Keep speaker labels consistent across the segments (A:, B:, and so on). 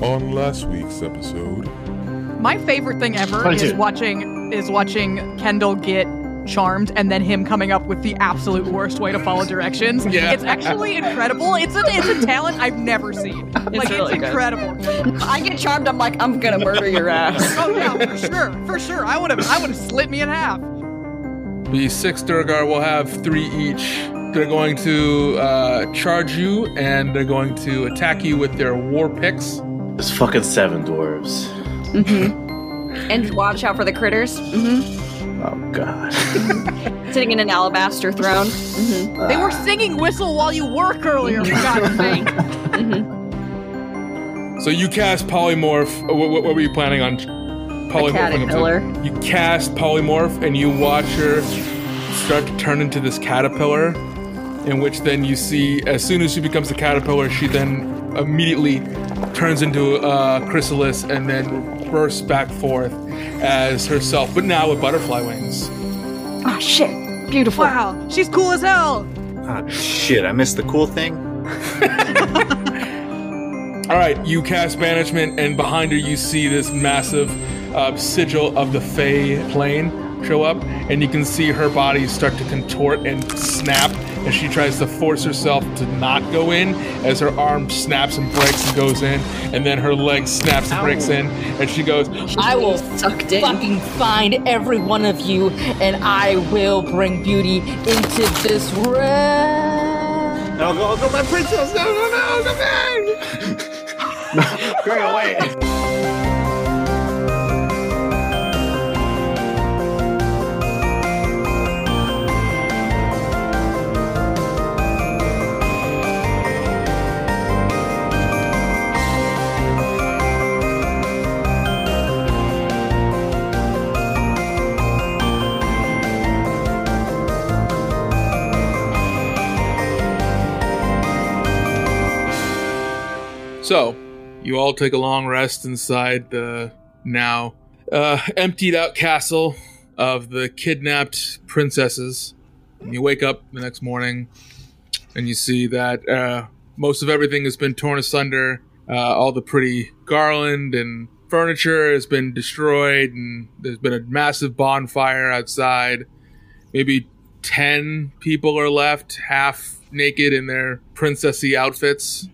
A: On last week's episode,
B: My favorite thing ever
C: Mine
B: is
C: too.
B: watching is watching Kendall get charmed and then him coming up with the absolute worst way to follow directions.
C: Yeah.
B: It's actually incredible. It's a it's a talent I've never seen. like
D: really
B: it's
D: good.
B: incredible.
D: I get charmed. I'm like, I'm gonna murder your ass.
B: Oh yeah, for sure. For sure. I would have I would have slit me in half.
E: The six Durgar will have three each. They're going to uh, charge you and they're going to attack you with their war picks.
C: There's fucking seven dwarves.
D: And watch out for the critters. hmm
C: Oh god.
D: Sitting in an alabaster throne.
B: They were singing whistle while you work earlier, for God's sake.
E: So you cast polymorph. uh, What, what, what were you planning on? Polymorphing.
D: caterpillar.
E: into? You cast polymorph and you watch her start to turn into this caterpillar. In which then you see, as soon as she becomes a caterpillar, she then immediately turns into a chrysalis and then bursts back forth as herself, but now with butterfly wings.
D: Oh shit! Beautiful.
B: Wow. She's cool as hell.
F: Ah, shit, I missed the cool thing.
E: All right, you cast banishment, and behind her you see this massive uh, sigil of the Fey plane show up, and you can see her body start to contort and snap as she tries to force herself to not go in. As her arm snaps and breaks and goes in, and then her leg snaps and breaks in, and she goes,
G: I will
D: Sucked in.
G: fucking find every one of you, and I will bring beauty into this room.
F: No, go, go, my princess! No, no, no, come back!
C: Great away.
E: So, you all take a long rest inside the now uh, emptied out castle of the kidnapped princesses. And you wake up the next morning and you see that uh, most of everything has been torn asunder. Uh, all the pretty garland and furniture has been destroyed, and there's been a massive bonfire outside. Maybe 10 people are left, half naked in their princessy outfits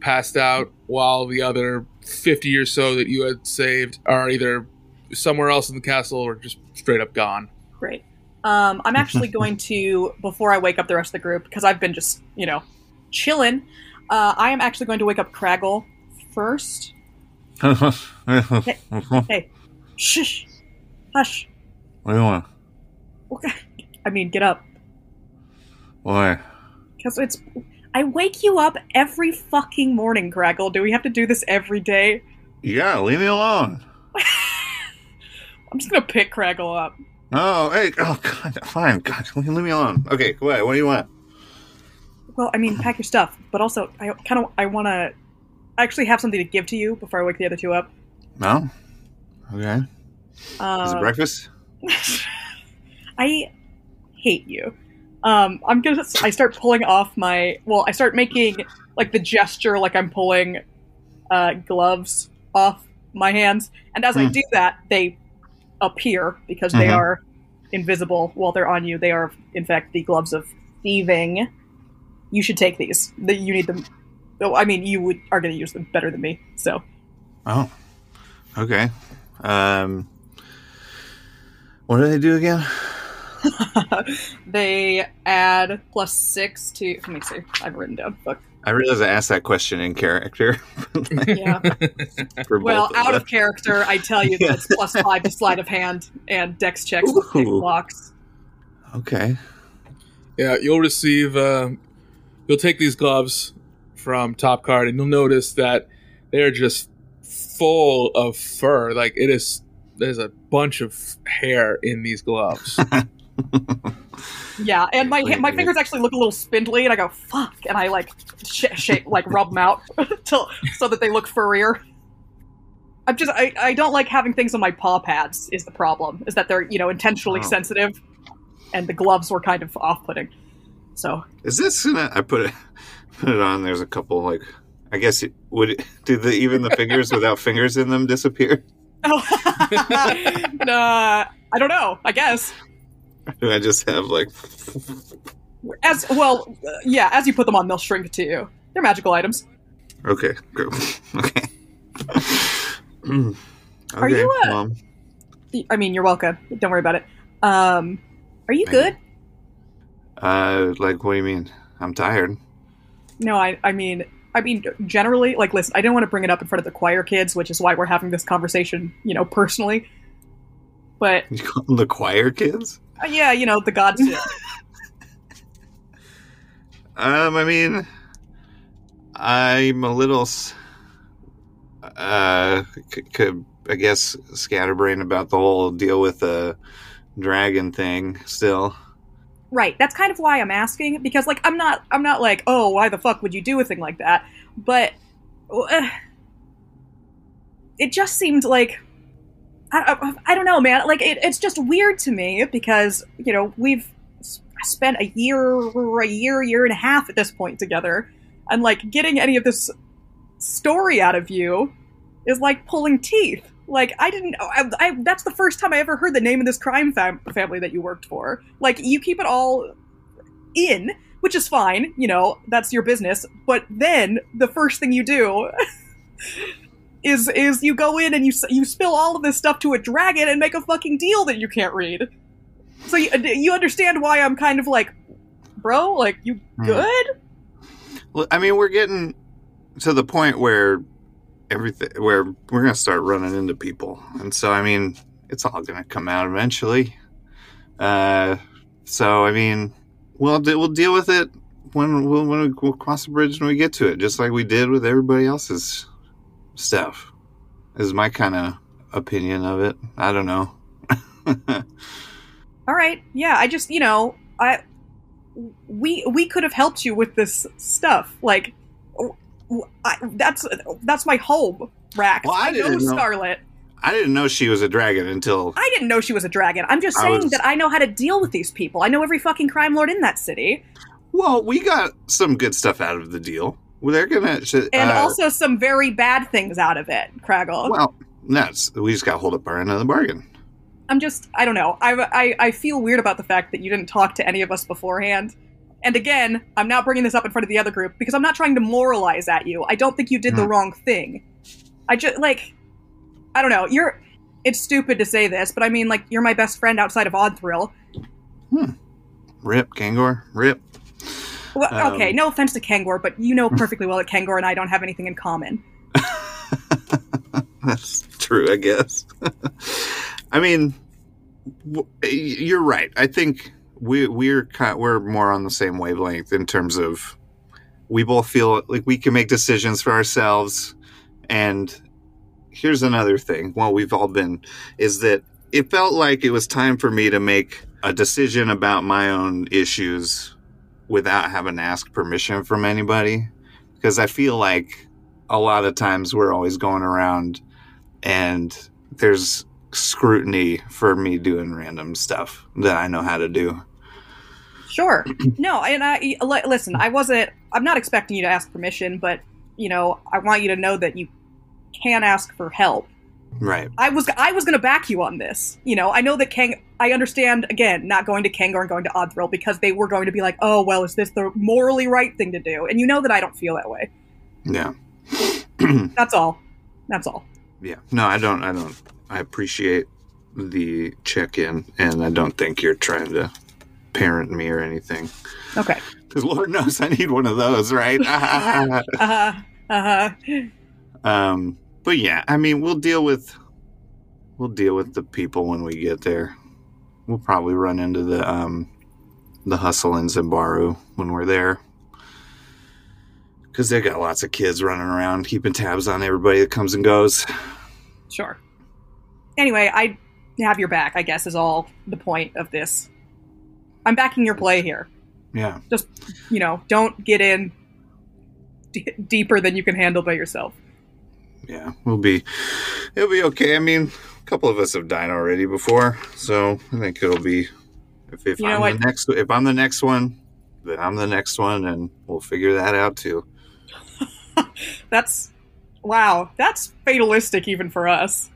E: passed out while the other 50 or so that you had saved are either somewhere else in the castle or just straight up gone.
B: Great. Um, I'm actually going to before I wake up the rest of the group because I've been just you know chilling. Uh, I am actually going to wake up Craggle first.
F: what
B: Hey, shush, hush.
F: do you want?
B: Okay. I mean, get up
F: Why?
B: because it's. I wake you up every fucking morning, Craggle. Do we have to do this every day?
F: Yeah, leave me alone.
B: I'm just gonna pick Craggle up.
F: Oh, hey, oh, God, fine, God, leave leave me alone. Okay, go ahead, what do you want?
B: Well, I mean, pack your stuff, but also I kind of I want to actually have something to give to you before I wake the other two up.
F: No? Okay. Is it
B: Um,
F: breakfast?
B: I hate you. Um, I'm gonna. I start pulling off my. Well, I start making like the gesture, like I'm pulling uh, gloves off my hands, and as I
F: Hmm.
B: do that, they appear because they
F: Mhm.
B: are invisible while they're on you. They are, in fact, the gloves of thieving. You should take these. That you need them. Oh, I mean, you would are going to use them better than me. So
F: Oh. Okay. Um, what do they do again?
B: they add plus six to. Let me see. I've written down. Fuck.
F: I realize I asked that question in character.
B: Yeah.
F: for
B: Well,
F: both
B: out
F: us.
B: of character, I tell you that it's plus five to sleight of hand and dex checks to pick
F: Ooh.
B: locks.
F: Okay.
E: Yeah, you'll receive. Uh, you'll take these gloves from Top Card, and you'll notice that they're just full of fur. Like it is. There's a bunch of hair in these gloves.
B: Yeah, and my
F: Wait,
B: my
F: wait.
B: fingers actually look a little spindly, and I go fuck, and I like sh- shake, like rub them out till so that they look furrier. I'm just I, I don't like having things on my paw pads. Is the problem is that they're you know intentionally
F: Oh.
B: sensitive, and the gloves were kind of off putting. So
F: Is this gonna? I put it put it on. There's a couple like I guess it, would it, did the, even the fingers without fingers in them disappear?
B: Oh. uh, I don't know. I guess.
F: Do I just have like
B: As well, uh, yeah. As you put them on, they'll shrink to you. They're magical items.
F: okay, group, okay. Mm, okay,
B: Are you a-
F: Mom.
B: I mean, you're welcome. Don't worry about it. Um, are you
F: Thank
B: good?
F: Uh, like what do you mean? I'm tired.
B: No, I. I mean, I mean, generally, like, listen. I didn't want to bring it up in front of the choir kids, which is why we're having this conversation. You know, personally. But
F: You call them the choir kids?
B: uh, yeah, you know, the gods. do.
F: Um, I mean, I'm a little, s- uh, c- c- I guess, scatterbrained about the whole deal with the dragon thing. Still,
B: Right. That's kind of why I'm asking because like I'm not I'm not like, "Oh, why the fuck would you do a thing like that?" But uh, it just seemed like I, I, I don't know, man. Like it, it's just weird to me because, you know, we've s- spent a year a year year and a half at this point together and like getting any of this story out of you is like pulling teeth. Like I didn't. I, I, that's the first time I ever heard the name of this crime fam- family that you worked for. Like you keep it all in, which is fine. You know that's your business. But then the first thing you do is is you go in and you s- you spill all of this stuff to a dragon and make a fucking deal that you can't read. So you, you understand why I'm kind of like, bro, like you
F: Hmm.
B: good?
F: Well, I mean, we're getting to the point where everything, where we're gonna start running into people, and so I mean, it's all gonna come out eventually. Uh, so I mean, we'll de- we'll deal with it when we'll, when we, we'll cross the bridge when we get to it, just like we did with everybody else's stuff. Is my kind of opinion of it. I don't know.
B: all right yeah i just you know i we we could have helped you with this stuff like w- w- I- that's that's my home rack
F: Well, I
B: know
F: didn't know.
B: scarlet
F: I didn't know she was a dragon until
B: i didn't know she was a dragon i'm just
F: I
B: saying
F: was-
B: that i know how to deal with these people i know every fucking crime lord in that city
F: well, we got some good stuff out of the deal. Well, They're gonna
B: and
F: uh,
B: also some very bad things out of it craggle
F: Well, nuts. We just got hold up our end of the bargain.
B: i'm just i don't know I, I i feel weird about the fact that you didn't talk to any of us beforehand and again i'm not bringing this up in front of the other group because i'm not trying to moralize at you i don't think you did the
F: Mm.
B: wrong thing i just like i don't know you're it's stupid to say this but i mean like you're my best friend outside of odd thrill
F: Rip, Kangor, rip.
B: well, okay
F: Um.
B: no offense to kangor but you know perfectly well that kangor and i don't have anything in common
F: That's true, I guess. I mean, w- y- you're right. I think we we're kind we're more on the same wavelength in terms of we both feel like we can make decisions for ourselves. And here's another thing. Well, we've all been is that it felt like it was time for me to make a decision about my own issues without having to ask permission from anybody because I feel like a lot of times we're always going around and there's scrutiny for me doing random stuff that I know how to do.
B: Sure. No, and I li- listen. I wasn't. I'm not expecting you to ask permission, but you know, I want you to know that you can ask for help.
F: Right.
B: I was I was going to back you on this. You know, I know that Kang. I understand again not going to Kangor and going to Oddthrill because they were going to be like, oh well, is this the morally right thing to do? And you know that I don't feel that way.
F: Yeah.
B: That's all. That's all.
F: yeah. No, I don't I don't I appreciate the check-in and I don't think you're trying to parent me or anything.
B: Okay.
F: Cuz lord knows I need one of those, right?
B: Uh huh. Uh huh.
F: um but yeah, I mean, we'll deal with we'll deal with the people when we get there. We'll probably run into the um the hustle in Zimbaru when we're there. Cause they got lots of kids running around keeping tabs on everybody that comes and goes.
B: Sure. Anyway, I have your back. I guess is all the point of this. I'm backing your play here.
F: Yeah.
B: you know, don't get in d- deeper than you can handle by yourself.
F: Yeah. We'll be it'll be okay. I mean, a couple of us have died already before, so I think it'll be if, if
B: You know
F: I'm
B: what?
F: the next if I'm the next one, then I'm the next one and we'll figure that out too.
B: that's wow. That's fatalistic even for us.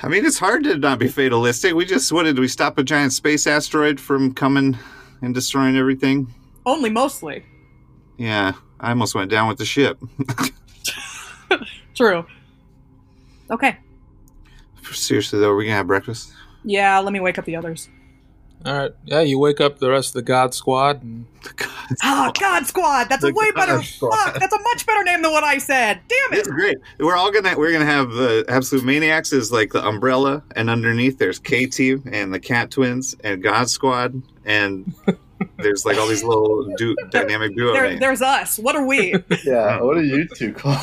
F: I mean, it's hard to not be fatalistic. We just what did we stop a giant space asteroid from coming and destroying everything?
B: Only mostly
F: Yeah, I almost went down with the ship.
B: true. Okay.
F: Seriously though, are we gonna have breakfast?
B: Yeah. Let me wake up the others.
E: All right. Yeah, you wake up the rest of the God Squad. And
F: God,
B: Ah, God Squad. That's a
F: Oh. The
B: way
F: God
B: better.
F: Squad.
B: Fuck. That's a much better name than what I said. Damn it.
F: it's great. We're all gonna we're gonna have the absolute maniacs is like the umbrella, and underneath there's K Team and the Cat Twins and God Squad, and there's like all these little du- dynamic duo
B: There,
F: names.
B: there's us. What are we?
H: Yeah, what are you two called?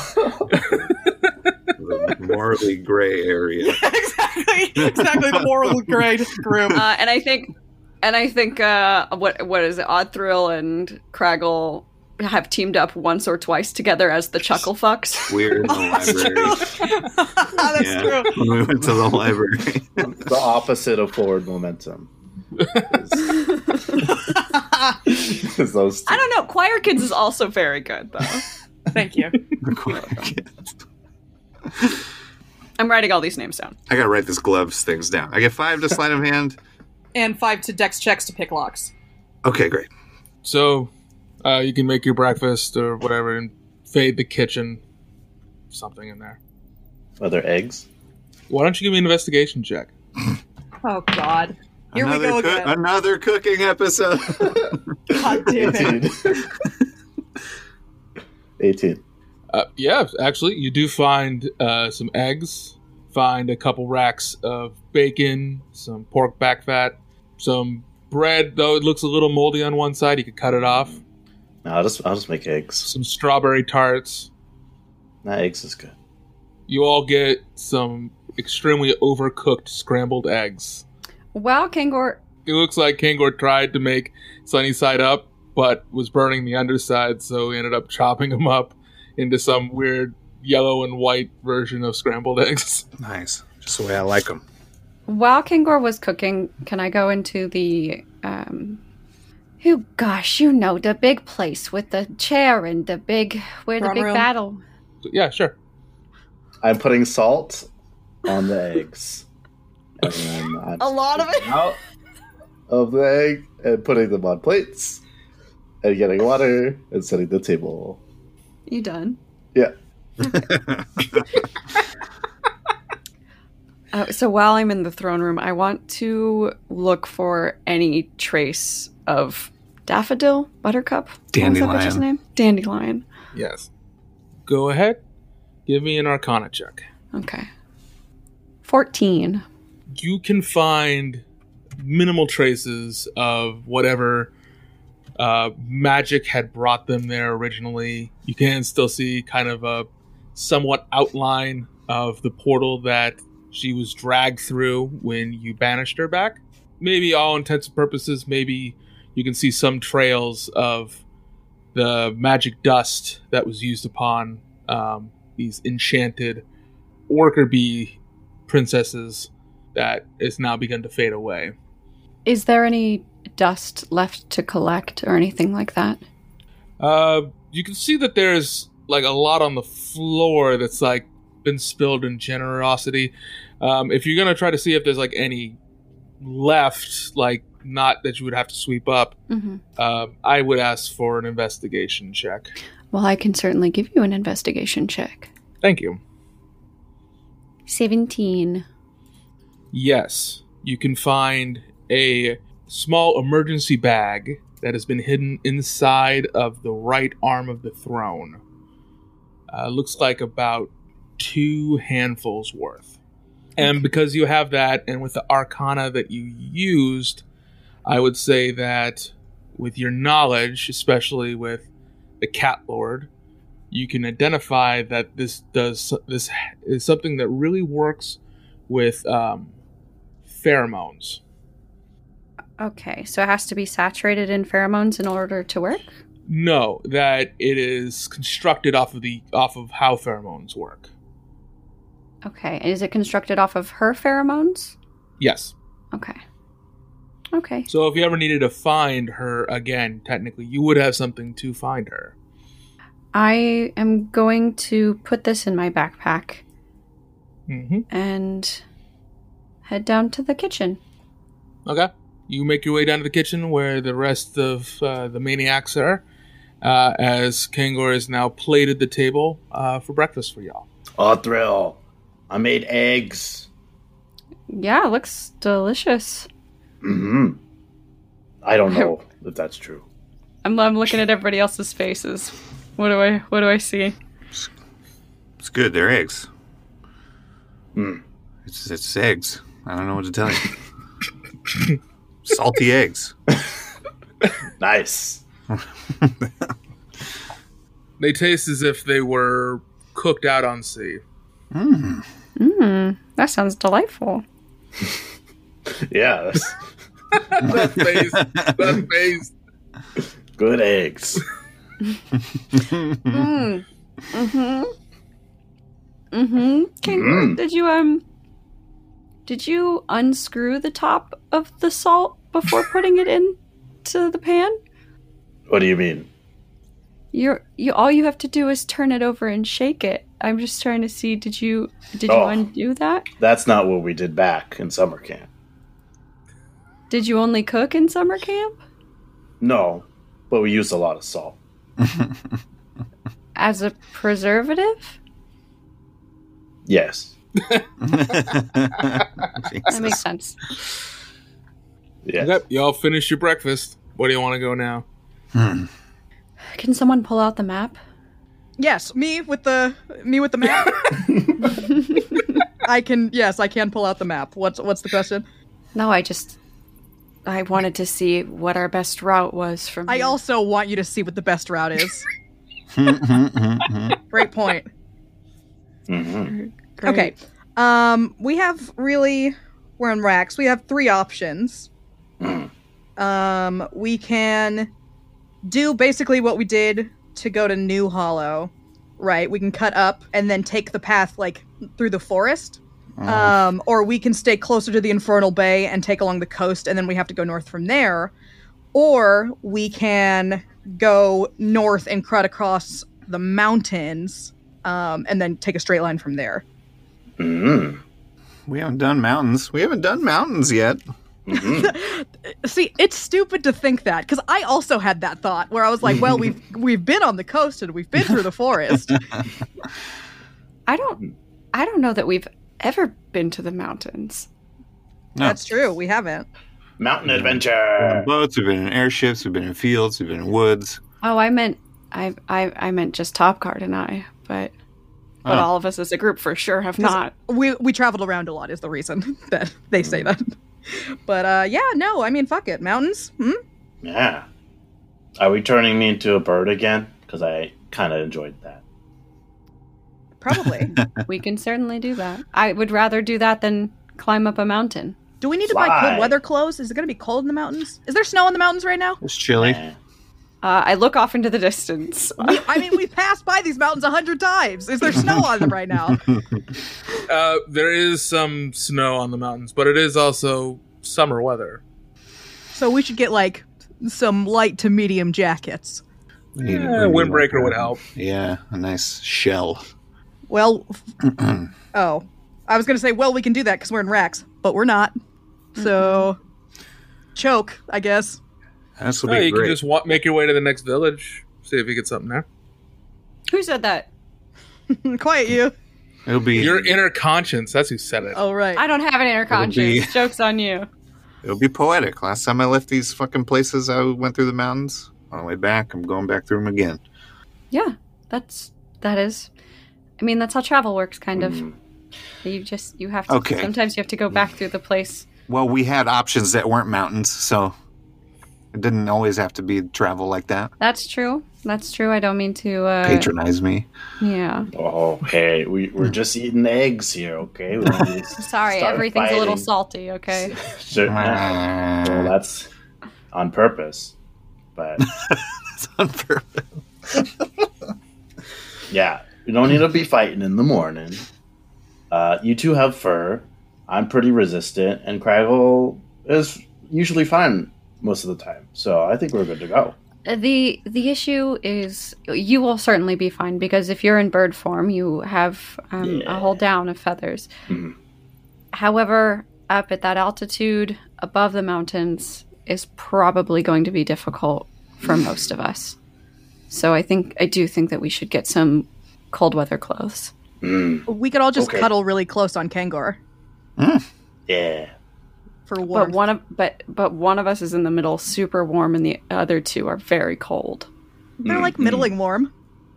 F: The morally gray area.
B: exactly. Exactly. The moral grade group.
D: Uh, and I think, and I think, uh, what what is it? Odd Thrill and Craggle have teamed up once or twice together as the Chuckle Fucks.
F: Weird in the
B: That's true.
F: library.
B: That's
F: Yeah.
B: true.
F: When we went to the library.
H: the opposite of forward momentum. Is, is those two.
D: I don't know. Choir Kids is also very good though.
B: Thank you.
D: I'm writing all these names down.
F: I gotta write this gloves things down. I get five to sleight of hand.
B: And five to dex checks to pick locks.
F: Okay, great.
E: so uh, you can make your breakfast or whatever and fade the kitchen, something in there.
H: Are there eggs?
E: Why don't you give me an investigation check?
B: Oh God. Here we go
F: coo-
B: again.
F: Another cooking episode.
B: God damn it.
H: 18. 18.
E: Uh, yeah, actually, you do find uh, some eggs, find a couple racks of bacon, some pork back fat, some bread, though it looks a little moldy on one side. You could cut it off.
H: No, I'll just I'll just make eggs.
E: Some strawberry tarts.
H: Nah, eggs is good.
E: You all get some extremely overcooked scrambled eggs.
D: Wow, Kangor.
E: It looks like Kangor tried to make sunny side up, but was burning the underside, so he ended up chopping them up into some weird yellow and white version of scrambled eggs.
F: nice. Just the way I like them.
D: While Kangor was cooking, can I go into the um who gosh, you know, the big place with the chair and the big where the
B: Throne
D: big
B: room.
D: battle.
E: yeah, sure.
H: I'm putting salt on the eggs. And then I'm
D: A lot of it.
H: out of the egg and putting them on plates and getting water and setting the table.
D: You done?
H: Yeah.
D: Uh, so while I'm in the throne room, I want to look for any trace of daffodil, buttercup, What was that bitch's
F: Dandelion.
D: name? Dandelion.
E: Yes. Go ahead. Give me an Arcana check.
D: Okay. Fourteen.
E: You can find minimal traces of whatever uh, magic had brought them there originally. You can still see kind of a somewhat outline of the portal that she was dragged through when you banished her back. Maybe all intents and purposes, maybe you can see some trails of the magic dust that was used upon um, these enchanted worker bee princesses that is now begun to fade away.
D: Is there any dust left to collect or anything like that?
E: Uh, you can see that there's like a lot on the floor that's like been spilled in generosity. Um, if you're gonna try to see if there's like any left, like not that you would have to sweep up,
D: Mm-hmm.
E: uh, I would ask for an investigation check.
D: Well, I can certainly give you an investigation check.
E: Thank you.
D: 17.
E: Yes, you can find a small emergency bag that has been hidden inside of the right arm of the throne. Uh, looks like about two handfuls worth. And because you have that, and with the arcana that you used, I would say that with your knowledge, especially with the Cat Lord, you can identify that this does this is something that really works with um, pheromones.
D: Okay, so it has to be saturated in pheromones in order to work?
E: No, that it is constructed off of the off of how pheromones work.
D: Okay, and is it constructed off of her pheromones?
E: Yes.
D: Okay. Okay.
E: So if you ever needed to find her again, technically you would have something to find her.
D: I am going to put this in my backpack
E: Mm-hmm.
D: and head down to the kitchen.
E: Okay. You make your way down to the kitchen where the rest of uh, the maniacs are, uh, as Kangor has now plated the table uh, for breakfast for y'all.
C: Oh, thrill. I made eggs.
D: Yeah, looks delicious.
C: Mm-hmm. I don't know if that's true.
D: I'm, I'm looking at everybody else's faces. What do I what do I see?
F: It's good. They're eggs. Hmm.
C: Mm.
F: It's, it's eggs. I don't know what to tell you. Salty eggs.
C: Nice.
E: They taste as if they were cooked out on sea.
D: Mmm, that sounds delightful.
C: Yeah, that's
E: That face. that face.
C: good eggs.
D: Mm. Mm-hmm. Mm-hmm. Kangaroo,
C: Mm.
D: did you um did you unscrew the top of the salt before putting it in to the pan?
C: What do you mean?
D: You're you all you have to do is turn it over and shake it. I'm just trying to see did you did
C: Oh.
D: you undo that?
C: That's not what we did back in summer camp.
D: Did you only cook in summer camp?
C: No, but we used a lot of salt.
D: As a preservative?
C: Yes.
D: That makes sense.
C: Yes.
E: Yep. Y'all finish your breakfast. Where do you want to go now?
D: Can someone pull out the map?
I: Yes, me with the me with the map. I can yes, I can pull out the map. What's what's the question?
D: No, I just I wanted to see what our best route was from
I: I
D: here.
I: also want you to see what the best route is. Great point.
C: Mhm.
D: Great.
I: Okay. Um, we have really we're on racks. We have three options. Um, we can do basically what we did to go to New Hollow, right? We can cut up and then take the path like through the forest. Um, or we can stay closer to the Infernal Bay and take along the coast, and then we have to go north from there. Or we can go north and cut across the mountains, um, and then take a straight line from there.
C: Mhm.
F: we haven't done mountains. We haven't done mountains yet.
C: Mhm.
I: See, it's stupid to think that because I also had that thought where I was like, "Well, we've we've been on the coast and we've been through the forest."
D: I don't I don't know that we've ever been to the mountains.
F: No.
I: That's true. We haven't.
C: Mountain
F: We've been in
C: adventure.
F: boats. We've been in airships. We've been in fields. We've been in woods.
D: Oh, I meant I I I meant just Top Card and I, but but
F: Oh.
D: all of us as a group for sure have not.
I: We we traveled around a lot is the reason that they say that. But uh, yeah, no, I mean, fuck it, mountains. Hmm?
C: Yeah. Are we turning me into a bird again? Because I kind of enjoyed that.
I: Probably.
D: we can certainly do that. I would rather do that than climb up a mountain.
I: Do we need to buy
C: Fly.
I: cold weather clothes? Is it going to be cold in the mountains? Is there snow in the mountains right now?
F: It's chilly.
C: Eh.
D: Uh, I look off into the distance.
I: I mean, we passed by these mountains a hundred times. Is there snow on them right now?
E: Uh, there is some snow on the mountains, but it is also summer weather.
I: So we should get like some light to medium jackets.
F: We need-
E: Eh,
F: we need
E: windbreaker
F: like
E: would
F: a-
E: help.
F: Yeah, a nice shell.
I: Well, f- oh, I was gonna say, well, we can do that because we're in racks, but we're not. So, choke, I guess.
F: This will
E: Yeah,
F: be
E: Uh, you
F: great.
E: can just wa- make your way to the next village, see if you get something there.
D: Who said that?
I: Quiet you.
F: It'll be
E: Your inner conscience—that's who said it.
I: Oh right.
D: I don't have an inner conscience.
F: be-
D: Joke's on you.
F: It'll be poetic. Last time I left these fucking places, I went through the mountains. On the way back, I'm going back through them again.
D: Yeah, that's that is. I mean, that's how travel works, kind of.
C: Mm.
D: You just you have to.
F: Okay.
D: Sometimes you have to go back through the place.
F: Well, we had options that weren't mountains, so it didn't always have to be travel like that.
D: That's true. That's true. I don't mean to. Uh,
F: Patronize me.
D: Yeah.
C: Oh, hey, we, we're just eating eggs here, okay? We're gonna be-
D: Sorry,
C: start
D: everything's a little
C: fighting.
D: salty. Okay.
C: Sure, nah.
F: Ah,
C: Well, that's on purpose. But
F: It's on purpose.
C: yeah, we don't need to be fighting in the morning. Uh, you two have fur. I'm pretty resistant, and Craggle is usually fine most of the time. So I think we're good to go.
D: the the issue is you will certainly be fine because if you're in bird form, you have um, a whole down of feathers.
I: Mm-hmm.
C: Mhm.
D: However, up at that altitude above the mountains is probably going to be difficult for most of us. So I think I do think that we should get some cold weather clothes.
C: Mm,
I: We could all just
C: Okay.
I: cuddle really close on Kangor
C: yeah.
I: for
D: But
I: warmth.
D: one of but but one of us is in the middle, super warm, and the other two are very cold.
I: They're like
C: Mhm.
I: middling warm.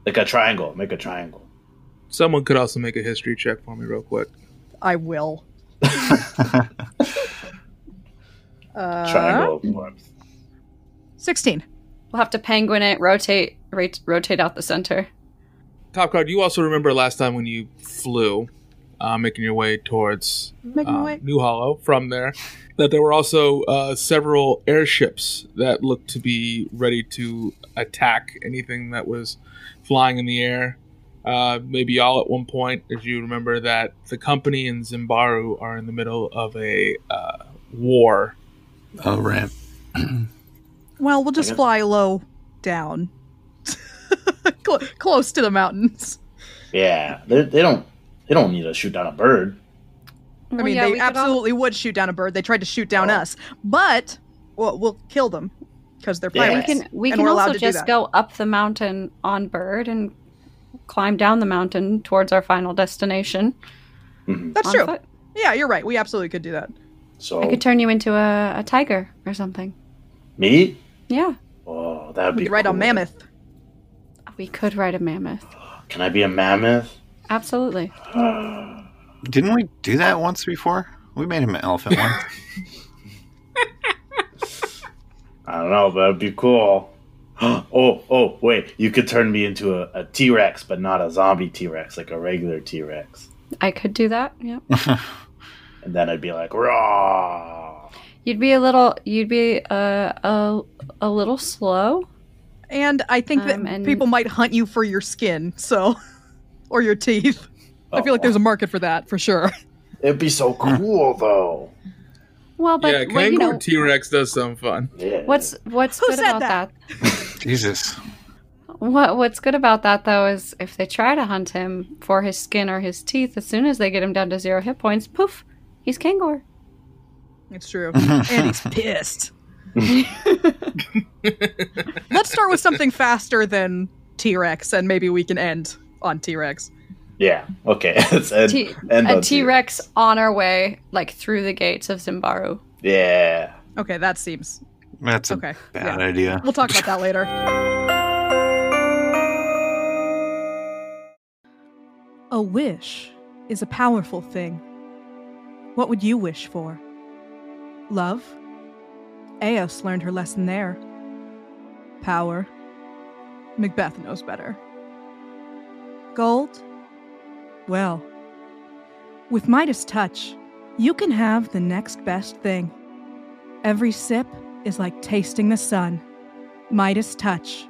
C: Like a triangle. Make a triangle.
E: Someone could also make a history check for me, real quick.
I: I will. uh,
D: Uh-huh.
C: Triangle of warmth.
I: Sixteen.
D: We'll have to penguin it, rotate, rate, rotate out the center.
E: Top card. You also remember last time when you flew, uh, making your way towards
I: Making
E: um,
I: way.
E: New Hollow from there, that there were also uh, several airships that looked to be ready to attack anything that was flying in the air. Uh, maybe all at one point, as you remember that the company and Zimbaru are in the middle of a uh, war.
F: oh, right.
I: Well, we'll just
C: guess-
I: fly low down, Cl- close to the mountains.
C: Yeah. They, they don't they don't need to shoot down a bird.
I: I
D: Oh,
I: mean, they absolutely would shoot down a bird. They tried to shoot down
C: Oh.
I: us, but well, we'll kill them because they're
C: Yeah.
D: we
I: pirates.
D: can we
I: and
D: can
I: we're allowed
D: also
I: to do
D: just
I: that.
D: go up the mountain on bird and climb down the mountain towards our final destination.
C: Mhm.
I: That's
D: on
I: true.
D: foot.
I: Yeah, you're right. We absolutely could do that.
C: So
D: I could turn you into a, a tiger or something.
C: me?
D: Yeah,
C: Oh, that'd
I: We
C: be
I: could ride on
C: cool.
I: mammoth.
D: we could ride a mammoth.
C: Can I be a mammoth?
D: Absolutely.
F: Didn't we do that once before? We made him an elephant once.
C: I don't know, but it'd be cool. oh, oh, wait. You could turn me into a, a T Rex, but not a zombie T Rex, like a regular T Rex.
D: I could do that. Yeah.
C: And then I'd be like, raw.
D: You'd be a little you'd be uh, a a little slow.
I: And I think that
D: Um, and-
I: people might hunt you for your skin, so or your teeth. I feel like there's a market for that for sure.
C: Oh, It'd be so cool, though.
D: Well, but
E: yeah,
D: well, you know,
E: Kangor T Rex does sound fun.
C: Yeah.
D: what's what's
I: Who
D: good
I: said
D: about
I: that?
D: that?
F: Jesus.
D: What What's good about that though is if they try to hunt him for his skin or his teeth, as soon as they get him down to zero hit points, poof, he's Kangor.
I: It's true. and he's pissed. Let's start with something faster than T Rex, and maybe we can end on T Rex.
C: Yeah. Okay. Let's end,
D: T-
C: end
D: a
C: on
D: T Rex on our way, like through the gates of Zimbaru.
C: Yeah.
I: Okay, that seems
F: That's a
I: okay.
F: bad
I: Yeah.
F: idea.
I: We'll talk about that later. A wish is a powerful thing. What would you wish for? Love? Eos learned her lesson there. Power? Macbeth knows better. Gold? Well, with Midas Touch, you can have the next best thing. Every sip is like tasting the sun. Midas Touch,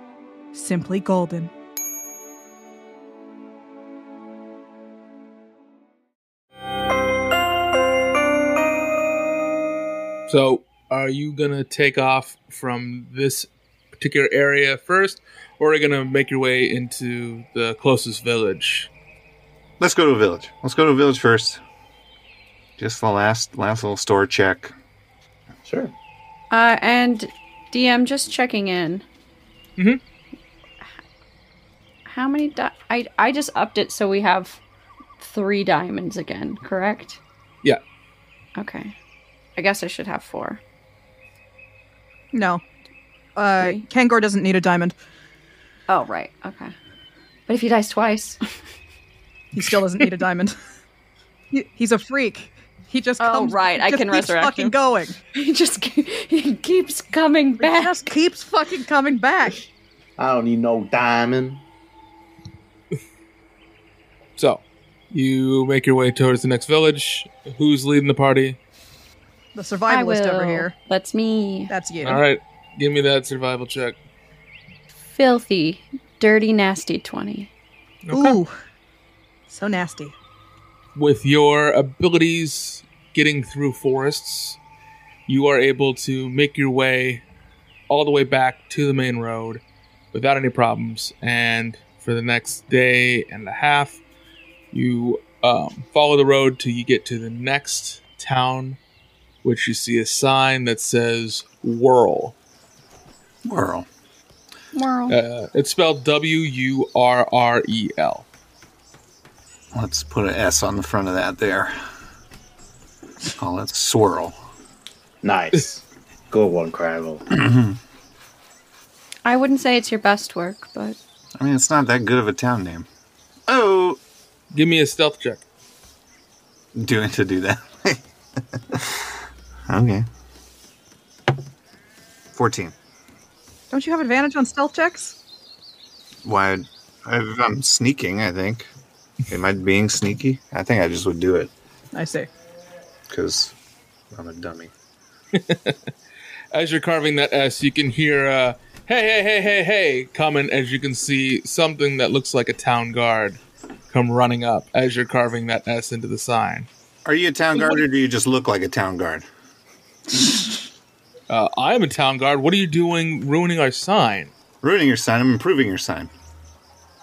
I: simply golden.
E: So, are you gonna take off from this particular area first, or are you gonna make your way into the closest village?
F: Let's go to a village. Let's go to a village first. Just the last last little store check.
C: Sure.
D: Uh, and DM, just checking in.
E: Mhm.
D: How many? Di- I I just upped it so we have three diamonds again. Correct.
E: Yeah.
D: Okay. I guess I should have four.
I: No. Uh,
D: Three.
I: Kangor doesn't need a diamond.
D: Oh right. Okay. But if he dies twice.
I: He still doesn't need a diamond. He- He's a freak. He just
D: Oh,
I: comes.
D: right,
I: he
D: I
I: just
D: can
I: keeps
D: resurrect
I: fucking
D: him.
I: going.
D: He just ke- he keeps coming
I: He
D: back.
I: just keeps fucking coming back.
C: I don't need no diamond.
E: So, you make your way towards the next village. Who's leading the party?
I: The survivalist over here.
D: That's me.
I: That's you.
E: All right, give me that survival check.
D: Filthy, dirty, nasty twenty.
I: Ooh, so nasty.
E: With your abilities getting through forests, you are able to make your way all the way back to the main road without any problems. And for the next day and a half, you um, follow the road till you get to the next town, which you see a sign that says Whirl.
F: Whirl.
D: Whirl.
E: Uh, it's spelled W U R R E L.
F: Let's put an S on the front of that there. Call it swirl.
C: Nice. Good one, Craggle.
D: I wouldn't say it's your best work, but
F: I mean, it's not that good of a town name. Oh,
E: Give me a stealth check.
F: doing to do that. okay. 14.
I: Don't you have advantage on stealth checks?
F: Why? I- I'm sneaking, I think. Am I being sneaky? I think I just would do it
I: I see.
F: because I'm a dummy.
E: as you're carving that S, you can hear uh, "Hey, hey, hey, hey, hey!" coming as you can see something that looks like a town guard come running up as you're carving that S into the sign.
F: Are you a town guard or do you just look like a town guard?
E: Uh, I am a town guard. What are you doing, ruining our sign?
F: Ruining your sign, I'm improving your sign.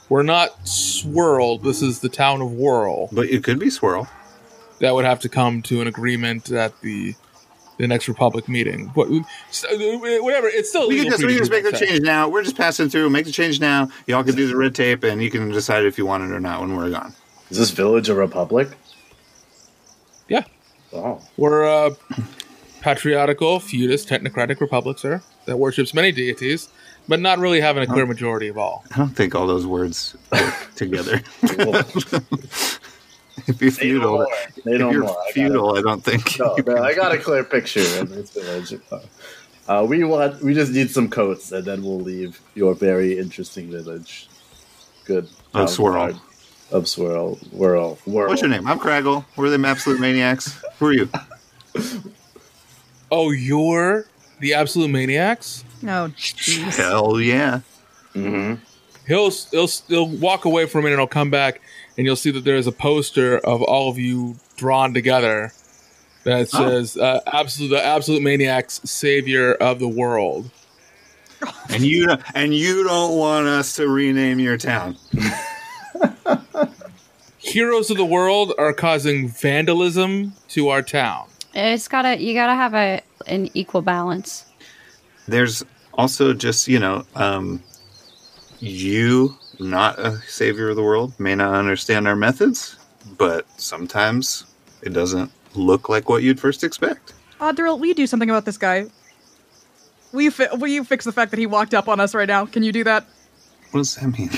E: We're not swirl. This is the town of Whirl.
F: But it could be swirl.
E: That would have to come to an agreement at the the next Republic meeting. But so, uh, whatever, it's still
F: We can
E: legal
F: just,
E: for
F: we
E: you
F: can
E: to
F: just
E: do
F: make the
E: that.
F: change now. We're just passing through. Make the change now. Y'all can do the red tape, and you can decide if you want it or not when we're gone.
C: Is this village a republic?
E: Yeah,
C: Oh,
E: We're a patriarchal, feudist, technocratic republic, sir, that worships many deities, but not really having a clear majority of all.
F: I don't think all those words work together.
C: cool.
F: if
C: they know
F: you're feudal,
C: more. They
F: if
C: know
F: you're
C: more. I got it.
F: feudal, I don't think.
H: No,
F: you
H: no,
F: can-
H: I got a clear picture of this village. Uh, we want. We just need some coats, and then we'll leave your very interesting village. Good.
F: Of
H: town
F: Swirl.
H: guard. Of swirl. Whirl. Whirl.
F: What's your name? I'm Craggle. We're the Absolute Maniacs. Who are you?
E: Oh, you're the absolute maniacs?
I: No.
F: Hell yeah.
E: He'll, he'll, he'll walk away for a minute and he'll come back, and you'll see that there is a poster of all of you drawn together that says, uh, absolute, the absolute maniacs, savior of the world.
F: And you and you don't want us to rename your town.
E: Heroes of the world are causing vandalism to our town.
D: it's gotta you gotta have a an equal balance.
F: There's also just, you know, um you not a savior of the world may not understand our methods, but sometimes it doesn't look like what you'd first expect.
I: Uh, Daryl, will you do something about this guy? Will you, fi- will you fix the fact that he walked up on us right now? Can you do that?
F: What does that mean?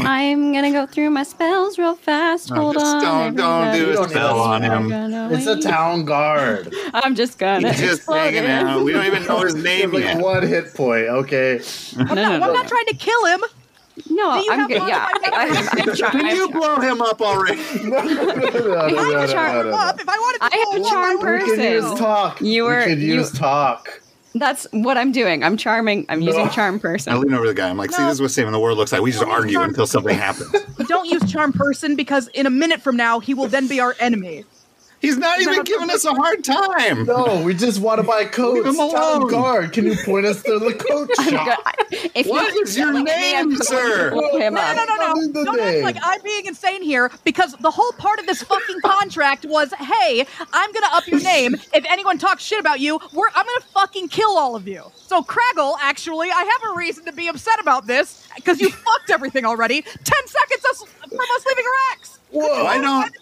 D: I'm gonna go through my spells real fast.
F: No,
D: Hold
F: just
D: on.
F: don't- don't do
D: everybody.
F: a
D: Don't
F: spell
D: do
F: on
D: it.
F: him.
D: I'm gonna
H: It's a
D: wait.
H: town guard.
D: I'm just gonna
F: He's just
D: explode
F: hanging
D: it.
F: out. We don't even know his
H: He has,
F: name
H: like
F: yet.
H: one hit point. Okay.
D: No, no,
I: I'm
D: no,
I: not
D: no.
I: trying to kill him.
D: No,
I: Do you
D: I'm
I: have
D: good.
I: one
D: Yeah,
I: of my
D: I, am
F: Did you
D: trying.
F: blow him up already?
H: no, no, no, no,
I: I
H: no,
I: would
H: no,
I: charm
H: no,
I: him
H: no.
I: up if I wanted to.
D: I am
I: blow him
D: charm
I: up.
H: We can
D: person.
H: use talk.
D: You
H: we
D: were-
H: can
D: you-
H: use talk.
D: That's what I'm doing. I'm charming. I'm using charm person.
F: I lean over the guy. I'm like, see, this is what saving the world looks like. We just argue until something happens.
I: Don't use charm person because in a minute from now he will then be our enemy.
F: He's not even
I: No.
F: giving us a hard time.
H: No, we just want to buy coats.
F: him
H: Town
F: alone.
H: guard, can you point us to the coat shop?
D: If
F: What
D: you
F: is your
D: like me, I'm
F: name,
D: going to
F: sir?
D: blow him
I: No,
D: up.
I: no, no,
H: Not in
I: no.
H: the
I: Don't
H: day.
I: act like I'm being insane here because the whole part of this fucking contract was, hey, I'm gonna up your name. If anyone talks shit about you, we're I'm gonna fucking kill all of you. So Craggle, actually, I have a reason to be upset about this because you fucked everything already. Ten seconds us, from us leaving Arax.
H: Whoa!
F: Why don't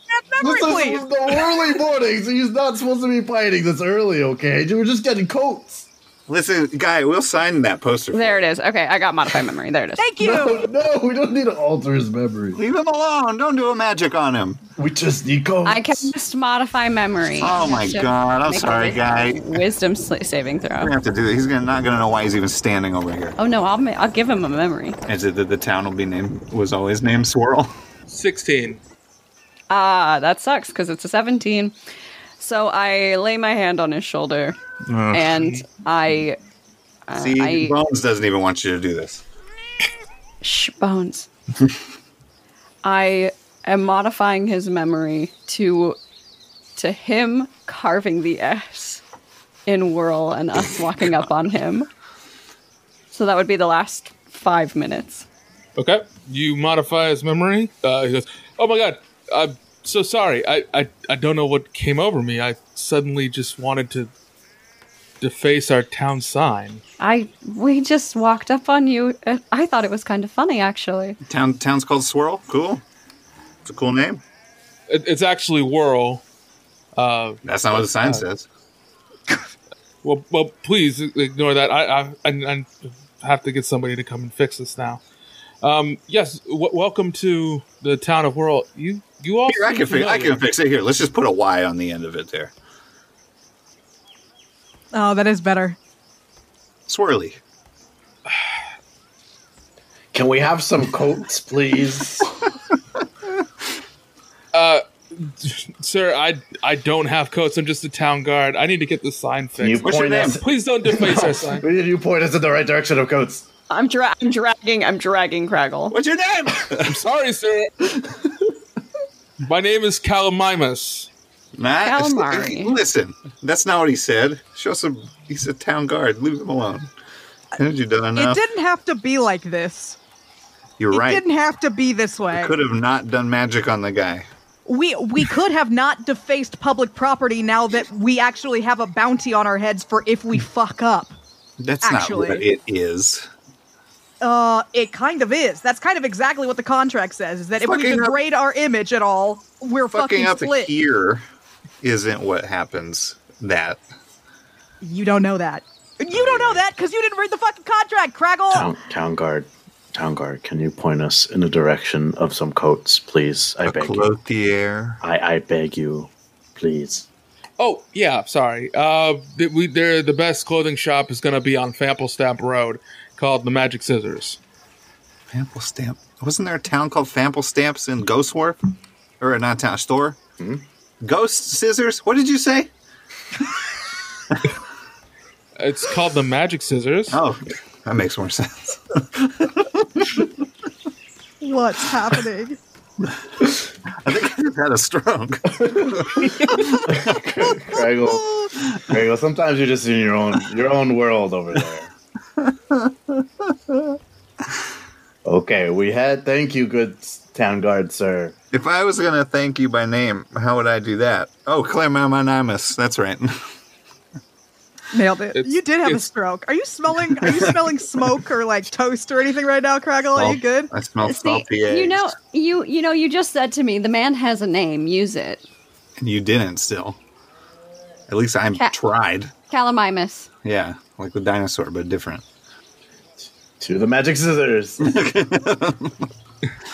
I: Memory,
H: This
I: please.
H: is the early morning, so he's not supposed to be fighting this early, okay? We're just getting coats.
F: listen, guy? We'll sign that poster. for
D: There it is. Okay, I got modified memory. There it is.
I: Thank you.
H: No, no, we don't need to alter his memory.
F: you. Leave him alone. Don't do a magic on him.
H: We just need coats.
D: I can just modify memory.
F: Oh my
D: Just
F: god! I'm
D: make a
F: sorry,
D: wisdom-
F: guy.
D: Wisdom sl- saving
F: We
D: throw.
F: have to do it. He's gonna, not gonna know why he's even standing over here.
D: Oh no, I'll ma- I'll give him a memory.
F: Is it that the town will be named was always named Swirl?
E: 16.
D: Ah, that sucks because it's a 17. So I lay my hand on his shoulder and I
I: Uh,
F: See,
D: I-
F: Bones doesn't even want you to do this.
D: Shh, bones. I am modifying his memory to to him carving the S in whirl and us walking up on him. So that would be the last five minutes.
E: Okay. You modify his memory. Uh, he goes, "Oh my god, I'm so sorry. I, I I don't know what came over me. I suddenly just wanted to deface our town sign.
D: I we just walked up on you. uh, I thought it was kind of funny, actually.
F: Town town's called Swirl. Cool. It's a cool name.
E: It, it's actually whirl. Uh,
F: That's not what the sign says.
E: well, well, please ignore that. I I, I I have to get somebody to come and fix this now. Um, yes, w- welcome to the town of Whirl. You you all
F: Here, I
E: seem
F: can fix. I
E: familiar.
F: can fix it. Here, let's just put a Y on the end of it. There,
I: Oh, that is better.
F: swirly.
H: Can we have some coats, please?
E: Sir, I I don't have coats. I'm just a town guard. I need to get the sign
H: Can you
E: fixed.
F: What's your
H: point
F: name?
H: us?
E: Please don't deface our sign.
H: You point us in the right direction of coats.
D: I'm, dra- I'm dragging. I'm dragging Craggle.
F: What's your name?
E: I'm sorry, sir. My name is Calamimus.
F: Matt.
D: Calamari.
F: Listen, that's not what he said. Show some. He's a town guard. Leave him alone. Haven't you done
I: It
F: enough?
I: didn't have to be like this.
F: You're
I: It
F: right.
I: didn't have to be this way.
F: Could have not done magic on the guy.
I: We we could have not defaced public property now that we actually have a bounty on our heads for if
F: Hmm.
I: we fuck up.
F: That's
I: Actually.
F: not what it is.
I: Uh, it kind of is. That's kind of exactly what the contract says: is that if we
F: Fucking up-
I: degrade our image at all, we're
F: Fucking
I: fucking,
F: up
I: split.
F: here isn't what happens. That
I: You don't know that. You don't know that because you didn't read the fucking contract, Craggle.
H: Town, town guard, town guard, can you point us in the direction of some coats, please? I
F: a
H: beg you.
F: clothier.
H: I, I beg you, please.
E: Oh yeah, sorry. Uh, th- we there the best clothing shop is gonna be on Famplestamp Road, called the Magic Scissors.
F: Fample Stamp. Wasn't there a town called Fample Stamps in Ghost Wharf? Or not town store?
H: Hmm?
F: Ghost Scissors? What did you say?
E: It's called the Magic Scissors.
F: Oh, that makes more sense.
I: What's happening?
F: I think I just had a stroke.
H: Craggle, Craggle, sometimes you're just in your own your own world over there. okay, we had. Thank you, good town guard, sir.
F: if I was going to thank you by name, how would I do that? Oh, Clamamonimus. That's right.
I: Nailed it.
E: It's-
I: you did have a
E: it's-
I: stroke. Are you smelling? Are you smelling smoke or like toast or anything right now, Craggle? Are you good?
F: I smell
D: See,
F: salty eggs.
D: you know, you you know, you just said to me, the man has a name. Use it,
F: And you didn't still. At least I am
D: Cat.
F: tried.
D: Calamimus.
F: Yeah, like the dinosaur, but different.
H: To the magic scissors.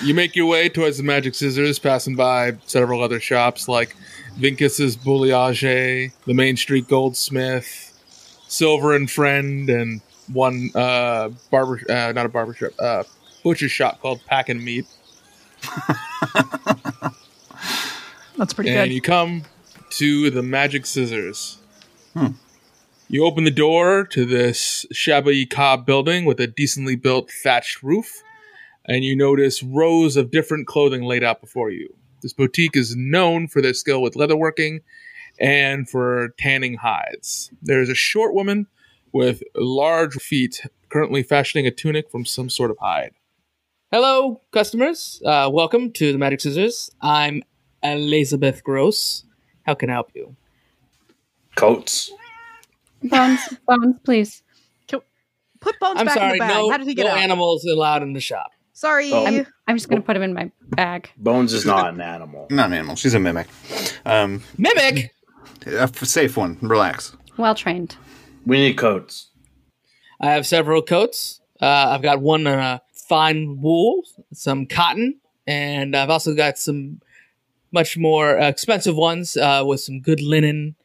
E: You make your way towards the Magic Scissors, passing by several other shops like Vincus's Bouliage, the Main Street Goldsmith, Silver and Friend, and one uh, barber, uh, not a barber shop, uh, butcher shop called Pack and Meat.
I: That's pretty
E: and
I: good.
E: you come to the Magic Scissors. You open the door to this shabby cob building with a decently built thatched roof, and you notice rows of different clothing laid out before you. This boutique is known for their skill with leatherworking and for tanning hides. There is a short woman with large feet currently fashioning a tunic from some sort of hide.
J: Hello, customers. Uh, welcome to the Magic Scissors. I'm Elizabeth Gross. How can I help you?
H: coats.
D: Bones, bones, please.
I: Put bones
J: I'm
I: back in
J: sorry.
I: the bag.
J: No,
I: How did he get
J: no
I: out?
J: animals allowed in the shop.
I: Sorry.
H: Oh.
D: I'm, I'm just gonna put him in my bag.
H: Bones is not an animal.
F: Not an animal. She's a mimic. Um,
J: Mimic.
F: a f- safe one. Relax.
D: Well trained.
H: We need coats.
J: I have several coats. Uh, I've got one uh, fine wool, some cotton, and I've also got some much more expensive ones uh, with some good linen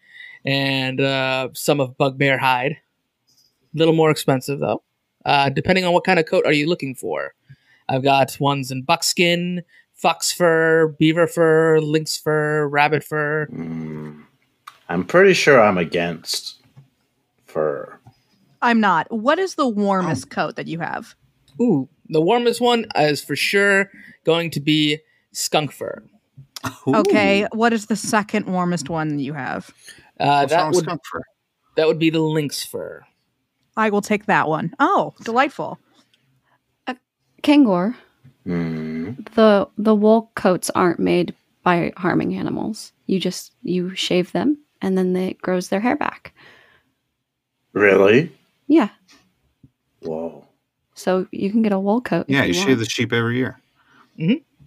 J: and uh, some of bugbear hide. A little more expensive though. Uh, depending on what kind of coat are you looking for, I've got ones in buckskin, fox fur, beaver fur, lynx fur, rabbit fur.
H: I'm pretty sure I'm against fur.
I: I'm not. What is the warmest
F: Oh.
I: coat that you have?
J: Ooh, the warmest one is for sure going to be skunk fur.
I: Okay. What is the second warmest one you have?
J: Uh,
F: What's wrong
J: that
F: with
J: would
F: skunk fur?
J: That would be the lynx fur.
I: I will take that one. Oh, delightful.
D: Kangor,
F: Hmm.
D: the the wool coats aren't made by harming animals. You just you shave them, and then they- it grows their hair back.
C: Really?
D: Yeah,
C: Whoa.
D: so you can get a wool coat. if
F: Yeah, you
D: want.
F: shave the sheep every year.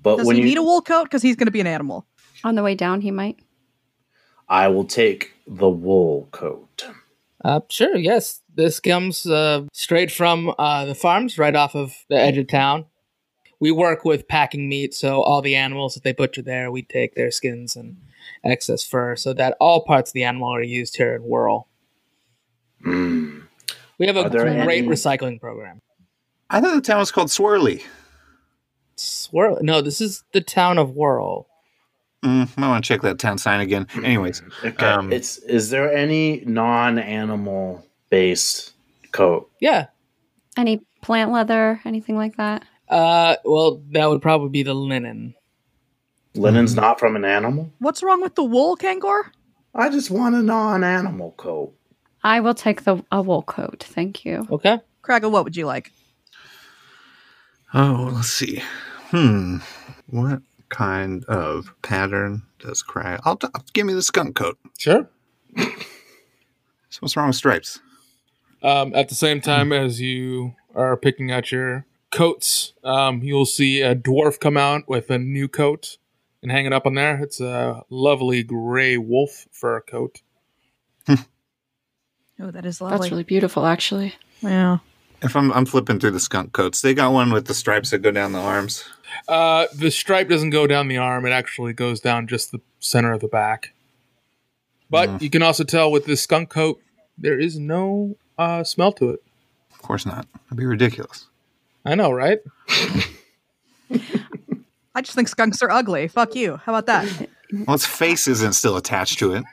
C: But
I: Does
C: when
I: he
C: you,
I: need a wool coat? Because he's going to be an animal.
D: on the way down. He might.
C: I will take the wool coat.
J: Uh, sure, yes. This comes uh, straight from uh, the farms right off of the edge of town. We work with packing meat, so all the animals that they butcher there, we take their skins and excess fur so that all parts of the animal are used here in Whirl.
C: Mm.
J: We have a
C: Are there
J: great
C: any-
J: recycling program.
F: I thought the town was called Swirly.
J: Swirl. No, this is the town of Whirl.
F: Mm, I want to check that town sign again. Anyways,
C: Mm-hmm. Okay.
F: Um,
C: it's is there any non-animal based coat?
J: Yeah.
D: Any plant leather, anything like that?
J: Uh, well, that would probably be the linen.
C: Linen's not from an animal.
I: What's wrong with the wool, Kangor?
C: I just want a non-animal coat.
D: I will take the a wool coat. Thank you.
J: Okay.
I: Craggle, what would you like?
F: oh, let's see. Hmm, what kind of pattern does Crag? I'll t- give me the skunk coat.
E: Sure.
F: So what's wrong with stripes?
E: Um, at the same time as you are picking out your coats, um, you'll see a dwarf come out with a new coat and hang it up on there. It's a lovely gray wolf fur coat.
I: Oh, that is
D: That's really beautiful, actually.
I: yeah.
F: If I'm, I'm flipping through the skunk coats, they got one with the stripes that go down the arms.
E: Uh, the stripe doesn't go down the arm; it actually goes down just the center of the back. But you can also tell with this skunk coat, there is no uh, smell to it.
F: Of course not. That'd be ridiculous.
E: I know, right?
I: I just think skunks are ugly. Fuck you. How about that?
F: Well, its face isn't still attached to it.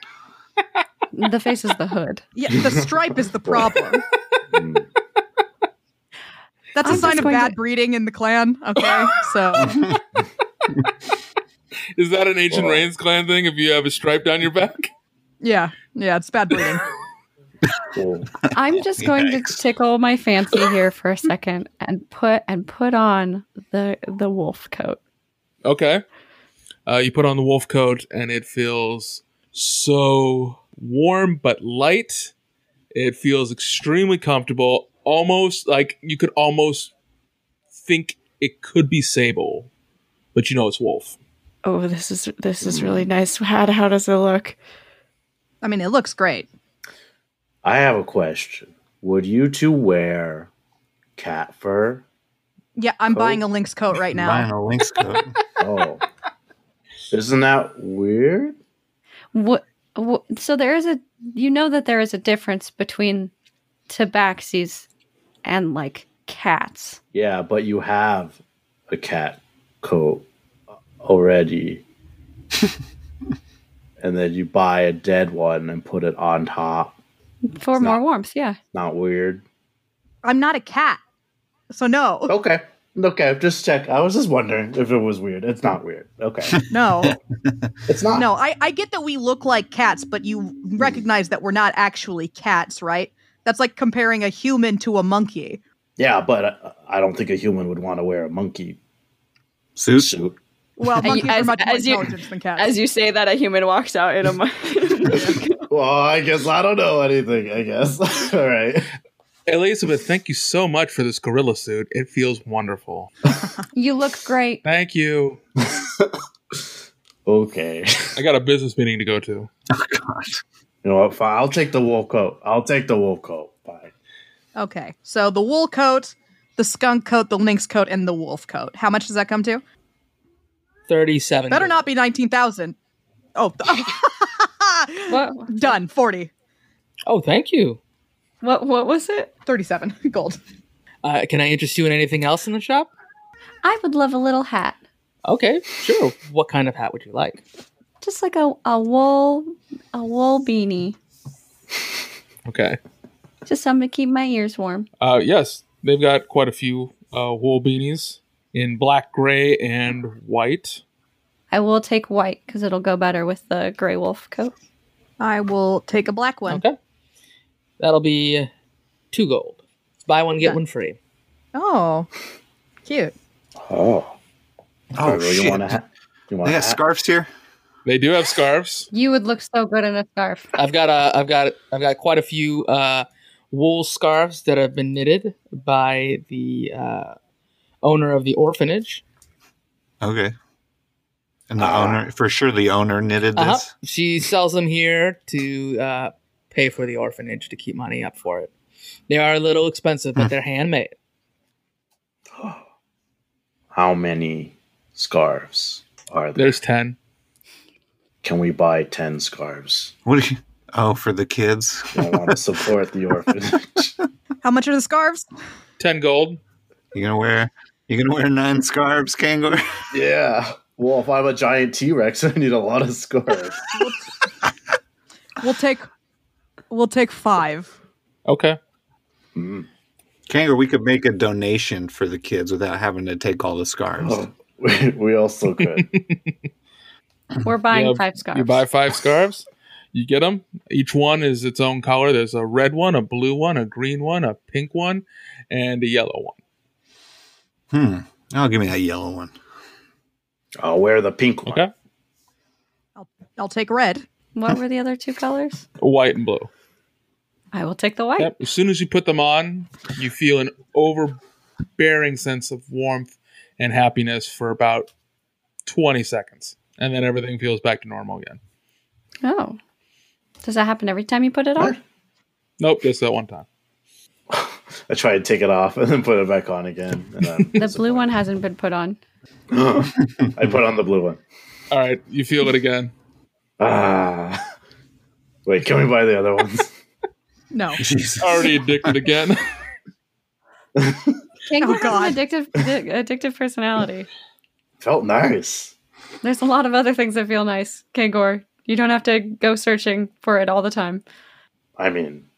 D: The face is the hood.
I: Yeah, the stripe is the problem.
C: Mm.
I: That's
D: I'm
I: a sign
D: just
I: of
D: going
I: bad
D: to-
I: breeding in the clan. Okay, so
E: Is that an ancient Reigns clan thing? If you have a stripe down your back,
I: yeah, yeah, it's bad breeding.
C: Cool.
D: I'm just going to
F: Yikes.
D: tickle my fancy here for a second and put and put on the the wolf coat.
E: okay. Uh, you put on the wolf coat, and it feels so warm but light. It feels extremely comfortable, almost like you could almost think it could be sable, but you know it's wolf.
D: Oh, this is this is really nice. How how does it look?
I: I mean, it looks great.
C: I have a question. Would you two wear cat fur?
I: Yeah, I'm
C: Coat.
I: buying a lynx coat right now.
F: Mine a lynx coat.
C: Oh, isn't that weird?
D: What, what? So there is a you know that there is a difference between tabaxis and like cats.
C: Yeah, but you have a cat coat already. and then you buy a dead one and put it on top.
D: For more warmth, yeah.
C: Not weird.
I: I'm not a cat, so no,
C: Okay. Okay, just check. I was just wondering if it was weird. It's not weird. Okay.
I: no,
C: It's not.
I: no. I I get that we look like cats, but you recognize that we're not actually cats, right? That's like comparing a human to a monkey.
C: Yeah, but uh, I don't think a human would want to wear a monkey
F: Suit.
C: suit.
I: Well,
D: you-
I: monkeys are
D: as-
I: much more
D: as you-
I: intelligent than cats.
D: As you say that, a human walks out in a. mo-
C: Well, I guess I don't know anything, I guess. All right.
E: Elizabeth, thank you so much for this gorilla suit. It feels wonderful.
D: you look great.
E: Thank you.
C: Okay.
E: I got a business meeting to go to.
C: You know what? Fine. I'll take the wool coat. I'll take the wool coat. Fine.
I: Okay. So the wool coat, the skunk coat, the lynx coat, and the wolf coat. How much does that come to?
J: 37.
I: Better not be 19,000. Oh, th-
D: What
I: done. 40.
J: Oh, thank you.
D: what what was it?
I: 37 gold.
J: Uh, can I interest you in anything else in the shop?
D: I would love a little hat,
J: Okay, sure. What kind of hat would you like?
D: just like a, a wool a wool beanie,
E: Okay.
D: just something to keep my ears warm.
E: Uh, yes, they've got quite a few uh, wool beanies in black, gray, and white.
D: I will take white because it'll go better with the gray wolf coat.
I: I will take a black one.
J: Okay. That'll be two gold. It's buy one get one free.
K: Oh, cute.
C: Oh.
F: Oh,
C: Virgo, you
F: shit.
C: want to ha- you want
F: They got scarves here.
E: They do have scarves.
D: You would look so good in a scarf.
J: I've got a, I've got, I've got quite a few uh, wool scarves that have been knitted by the uh, owner of the orphanage.
F: Okay. And the owner, for sure, the owner knitted
J: Uh-huh.
F: this.
J: She sells them here to uh, pay for the orphanage to keep money up for it. They are a little expensive, but they're handmade.
C: How many scarves are there?
E: There's ten.
C: Can we buy 10 scarves?
F: What? do you- oh, for the kids.
C: I want to support the orphanage.
I: How much are the scarves?
E: Ten gold.
F: You gonna wear? You gonna wear nine scarves, Kangor?
H: Yeah. Well, if I'm a giant T Rex, I need a lot of scarves.
I: We'll take we'll take five.
E: Okay.
F: Kangor, we could make a donation for the kids without having to take all the scarves.
H: Oh, we, we also could.
D: We're buying
E: Yeah,
D: five scarves.
E: You buy five scarves. You get them. Each one is its own color. There's a red one, a blue one, a green one, a pink one, and a yellow one.
F: Hmm. Oh, give me that yellow one.
C: I'll wear the pink one.
E: Okay.
I: I'll take red.
D: what were the other two colors?
E: White and blue.
D: I will take the white.
E: Yep. As soon as you put them on, you feel an overbearing sense of warmth and happiness for about 20 seconds. And then everything feels back to normal again.
D: Oh. Does that happen every time you put it on?
E: Nope, just that one time.
C: I try to take it off and then put it back on again. And then
D: The blue one hasn't been put on.
C: I put on the blue one.
E: All right, you feel it again.
C: Ah. Wait, can we buy the other ones?
I: No.
E: Already addicted again.
D: Kangaroo
I: God.
D: has an addictive, addictive personality.
C: Felt nice.
D: There's a lot of other things that feel nice, Kangor. You don't have to go searching for it all the time.
C: I mean,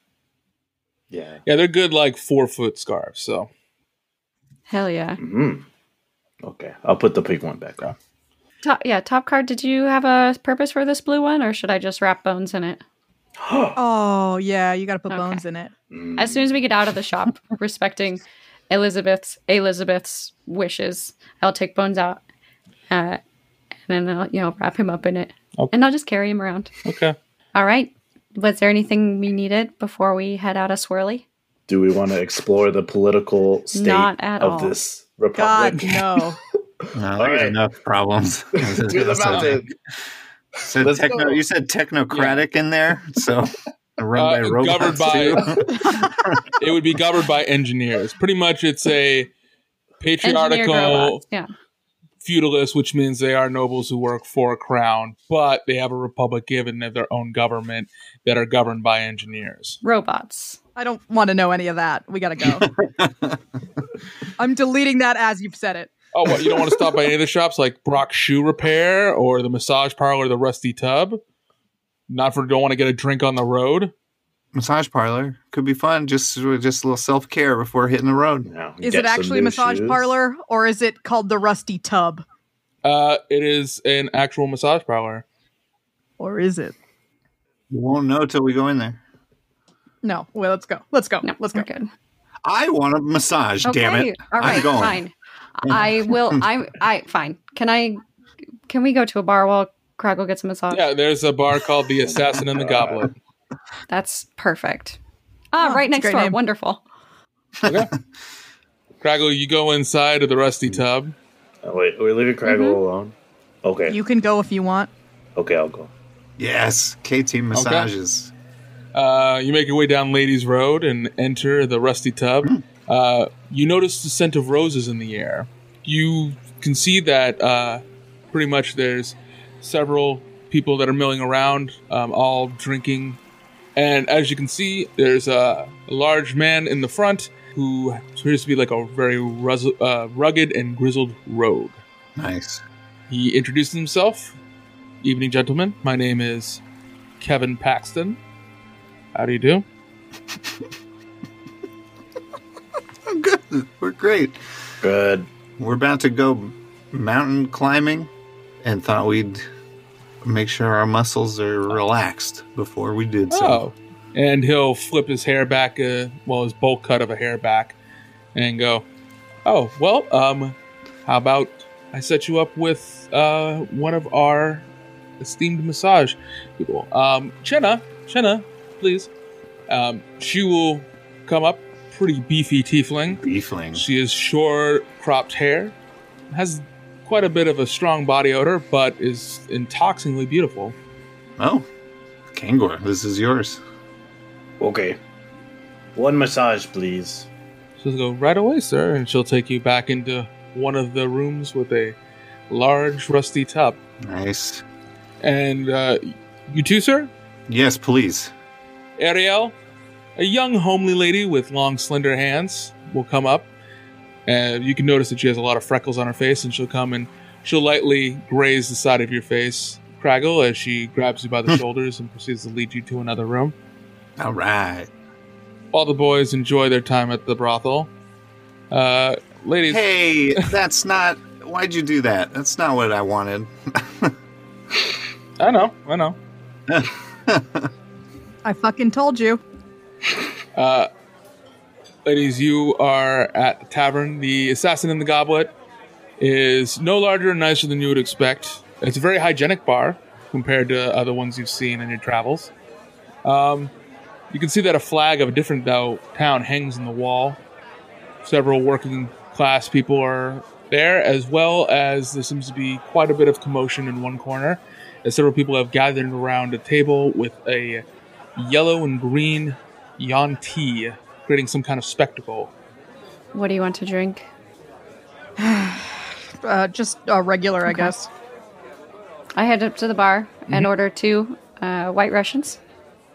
C: yeah.
E: yeah, they're good, like four foot scarves. So
D: Hell yeah.
C: Mm. Okay, I'll put the pink one back on.
D: Top, yeah, top card. Did you have a purpose for this blue one, or should I just wrap bones in it?
I: Oh yeah, you gotta put
D: Okay.
I: bones in it.
C: Mm.
D: As soon as we get out of the shop, respecting Elizabeth's Elizabeth's wishes, I'll take bones out, uh, and then I'll you know wrap him up in it,
E: Okay.
D: and I'll just carry him around.
E: okay,
D: All right. Was there anything we needed before we head out of Swirly?
C: Do we want to explore the political state
D: Not at
C: of
D: all.
C: this
I: God
C: republic?
I: no.
F: No,
C: All
F: there's
C: right.
F: enough problems. I was just
C: We're
F: gonna
C: the
F: say,
C: mountain.
F: said
C: Let's
F: techno-
C: go.
F: you said technocratic in there, so run
E: Uh,
F: by
E: governed
F: robots
E: by-
F: too.
E: it would be governed by engineers. Pretty much, it's a
D: Engineered
E: patriarchal
D: robots, Yeah.
E: feudalist, which means they are nobles who work for a crown, but they have a republic given of their own government that are governed by engineers.
D: Robots.
I: I don't want to know any of that. We gotta go. I'm deleting that as you've said it.
E: Oh, what? You don't want to stop by any of the shops like Brock's Shoe Repair or the massage parlor, the Rusty Tub? Not for don't want to get a drink on the road?
F: massage parlor could be fun. Just just a little self care before hitting the road.
C: Now,
I: Is
C: get
I: it
C: some
I: actually a
C: new
I: massage
C: shoes.
I: parlor or is it called the Rusty Tub?
E: Uh, it is an actual massage parlor.
I: Or is it?
F: We won't know till we go in there.
I: No. Well, let's go. Let's go.
D: No,
I: let's go.
D: we're good.
F: I want a massage. Damn it!
D: All
F: I'm
D: right,
F: going.
D: fine. I will. I. I. Fine. Can I? Can we go to a bar while Craggle gets a massage?
E: Yeah, there's a bar called the Assassin and the Goblet.
D: That's perfect. Ah,
I: Oh,
D: right
I: that's a
D: next
I: great
D: door.
I: name.
D: Wonderful.
E: Craggle, you go inside of the Rusty Tub.
C: Oh, wait, are we leaving Craggle alone? Okay.
I: Mm-hmm. You can go if you want.
C: okay, I'll go.
F: Yes, KT massages.
E: Uh, you make your way down Ladies Road and enter the Rusty Tub. Uh, you notice the scent of roses in the air. You can see that uh, pretty much there's several people that are milling around, um, all drinking. And as you can see, there's a, a large man in the front who appears to be like a very ruz- uh, rugged and grizzled rogue.
F: Nice.
E: He introduces himself. Evening, gentlemen. My name is Kevin Paxton. How do you do?
F: Oh, good. We're great.
C: Good.
F: We're about to go mountain climbing, and thought we'd make sure our muscles are relaxed before we did so.
E: Oh, and he'll flip his hair back, uh, well, his bowl cut of a hair back, and go, "Oh, well, um, how about I set you up with uh, one of our esteemed massage people, um, Chenna, Chenna, please." Um, she will come up, pretty beefy tiefling.
F: Beefling.
E: She has short, cropped hair, has quite a bit of a strong body odor, but is intoxicatingly beautiful.
F: Oh, Kangor, this is yours.
C: Okay. One massage, please.
E: She'll go right away, sir, and she'll take you back into one of the rooms with a large rusty tub.
F: Nice.
E: And uh, you too, sir?
F: Yes, please.
E: Ariel, a young, homely lady with long, slender hands, will come up. And you can notice that she has a lot of freckles on her face, and she'll come and she'll lightly graze the side of your face, Craggle, as she grabs you by the shoulders and proceeds to lead you to another room.
F: All right.
E: All the boys enjoy their time at the brothel. Uh, ladies,
F: Hey, that's not. Why'd you do that? That's not what I wanted.
E: I know, I know.
I: I fucking told you.
E: Uh, ladies, you are at the tavern. The assassin in the goblet is no larger and nicer than you would expect. It's a very hygienic bar compared to other ones you've seen in your travels. Um, you can see that a flag of a different though, town hangs on the wall. Several working class people are there, as well as there seems to be quite a bit of commotion in one corner. As several people have gathered around a table with a yellow and green Yanti, creating some kind of spectacle.
D: What do you want to drink?
I: Uh, just uh, regular, I guess.
D: I head up to the bar and order two uh, white Russians.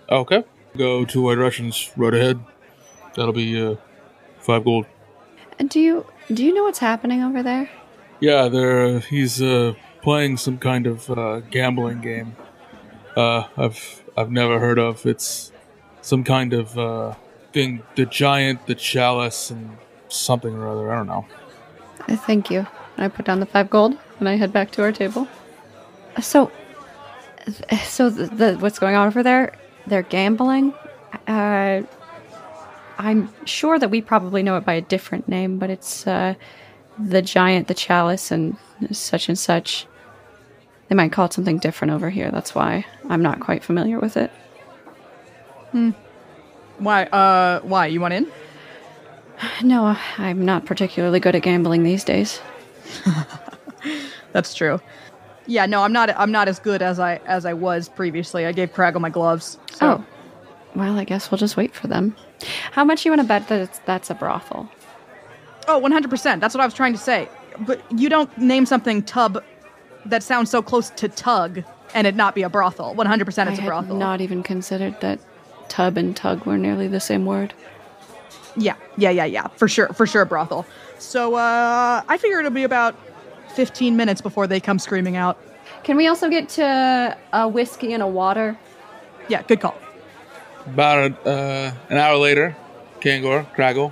E: Okay. Go to White Russians right ahead. That'll be uh, five gold.
D: And do you do you know what's happening over there?
E: Yeah, there. He's uh, playing some kind of uh, gambling game. Uh, I've I've never heard of. It's some kind of uh, thing. The giant, the chalice, and something or other. I don't know.
D: I thank you. And I put down the five gold and I head back to our table. So, so the, the what's going on over there? They're gambling. Uh, I'm sure that we probably know it by a different name, but it's uh, the giant, the chalice, and such and such. They might call it something different over here. That's why I'm not quite familiar with it.
I: Why? Uh, why? You want in?
D: No, I'm not particularly good at gambling these days.
I: That's true. Yeah, no, I'm not. I'm not as good as I as I was previously. I gave Craggle my gloves. So.
D: Oh, well, I guess we'll just wait for them. How much you want to bet that it's, that's a brothel?
I: Oh, 100%. That's what I was trying to say. But you don't name something tub that sounds so close to tug and it not be a brothel. 100% it's a
D: I had
I: brothel.
D: Not even considered that tub and tug were nearly the same word.
I: Yeah, yeah, yeah, yeah. For sure, for sure, a brothel. So uh, I figure it'll be about 15 minutes before they come screaming out.
D: Can we also get to a whiskey and a water?
I: Yeah, good call.
E: About uh, an hour later, Kangor, Craggle,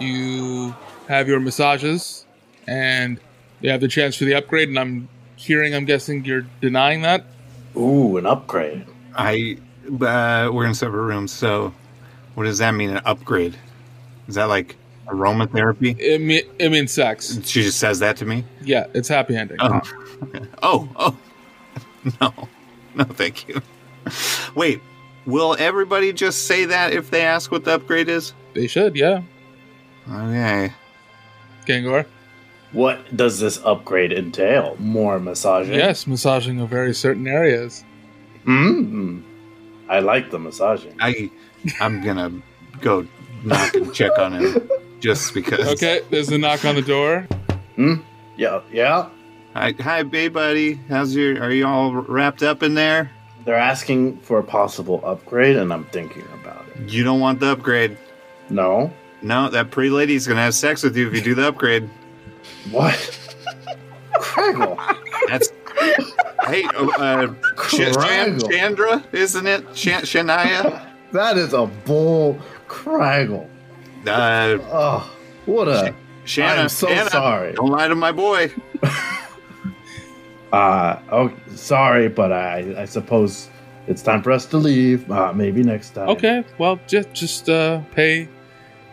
E: you have your massages and you have the chance for the upgrade. And I'm hearing, I'm guessing you're denying that.
C: Ooh, an upgrade.
F: I. Uh, we're in separate rooms, so what does that mean? An upgrade? Is that like aromatherapy?
E: It, me- it means sex.
F: She just says that to me.
E: Yeah, it's happy ending.
F: Oh, oh, oh. no, no, thank you. Wait, will everybody just say that if they ask what the upgrade is?
E: They should, yeah.
F: Okay.
E: Kangor.
C: What does this upgrade entail? More massaging?
E: Yes, massaging of very certain areas.
H: Hmm.
C: Mm. I like the massaging.
F: I I'm gonna go knock and check on him just because.
E: Okay, there's a knock on the door.
C: Yeah, yeah.
F: Hi, hi, babe, buddy. How's your? Are you all wrapped up in there?
C: They're asking for a possible upgrade, and I'm thinking about it.
F: You don't want the upgrade.
C: No.
F: No, that pretty lady's gonna have sex with you if you do the upgrade.
C: What? Craggle.
F: That's. Hey, uh, Ch- Chan-
H: Craggle.
F: Chandra, isn't it? Chan Shania?
H: That is a bull craggle.
F: Uh,
H: Oh, what a.
F: Shanna.
H: I'm so
F: Shanna,
H: sorry.
F: Don't lie to my boy.
C: Uh, oh, sorry, but I, I suppose
H: It's time for us to leave. Uh, maybe next time.
E: Okay, well, just just uh, pay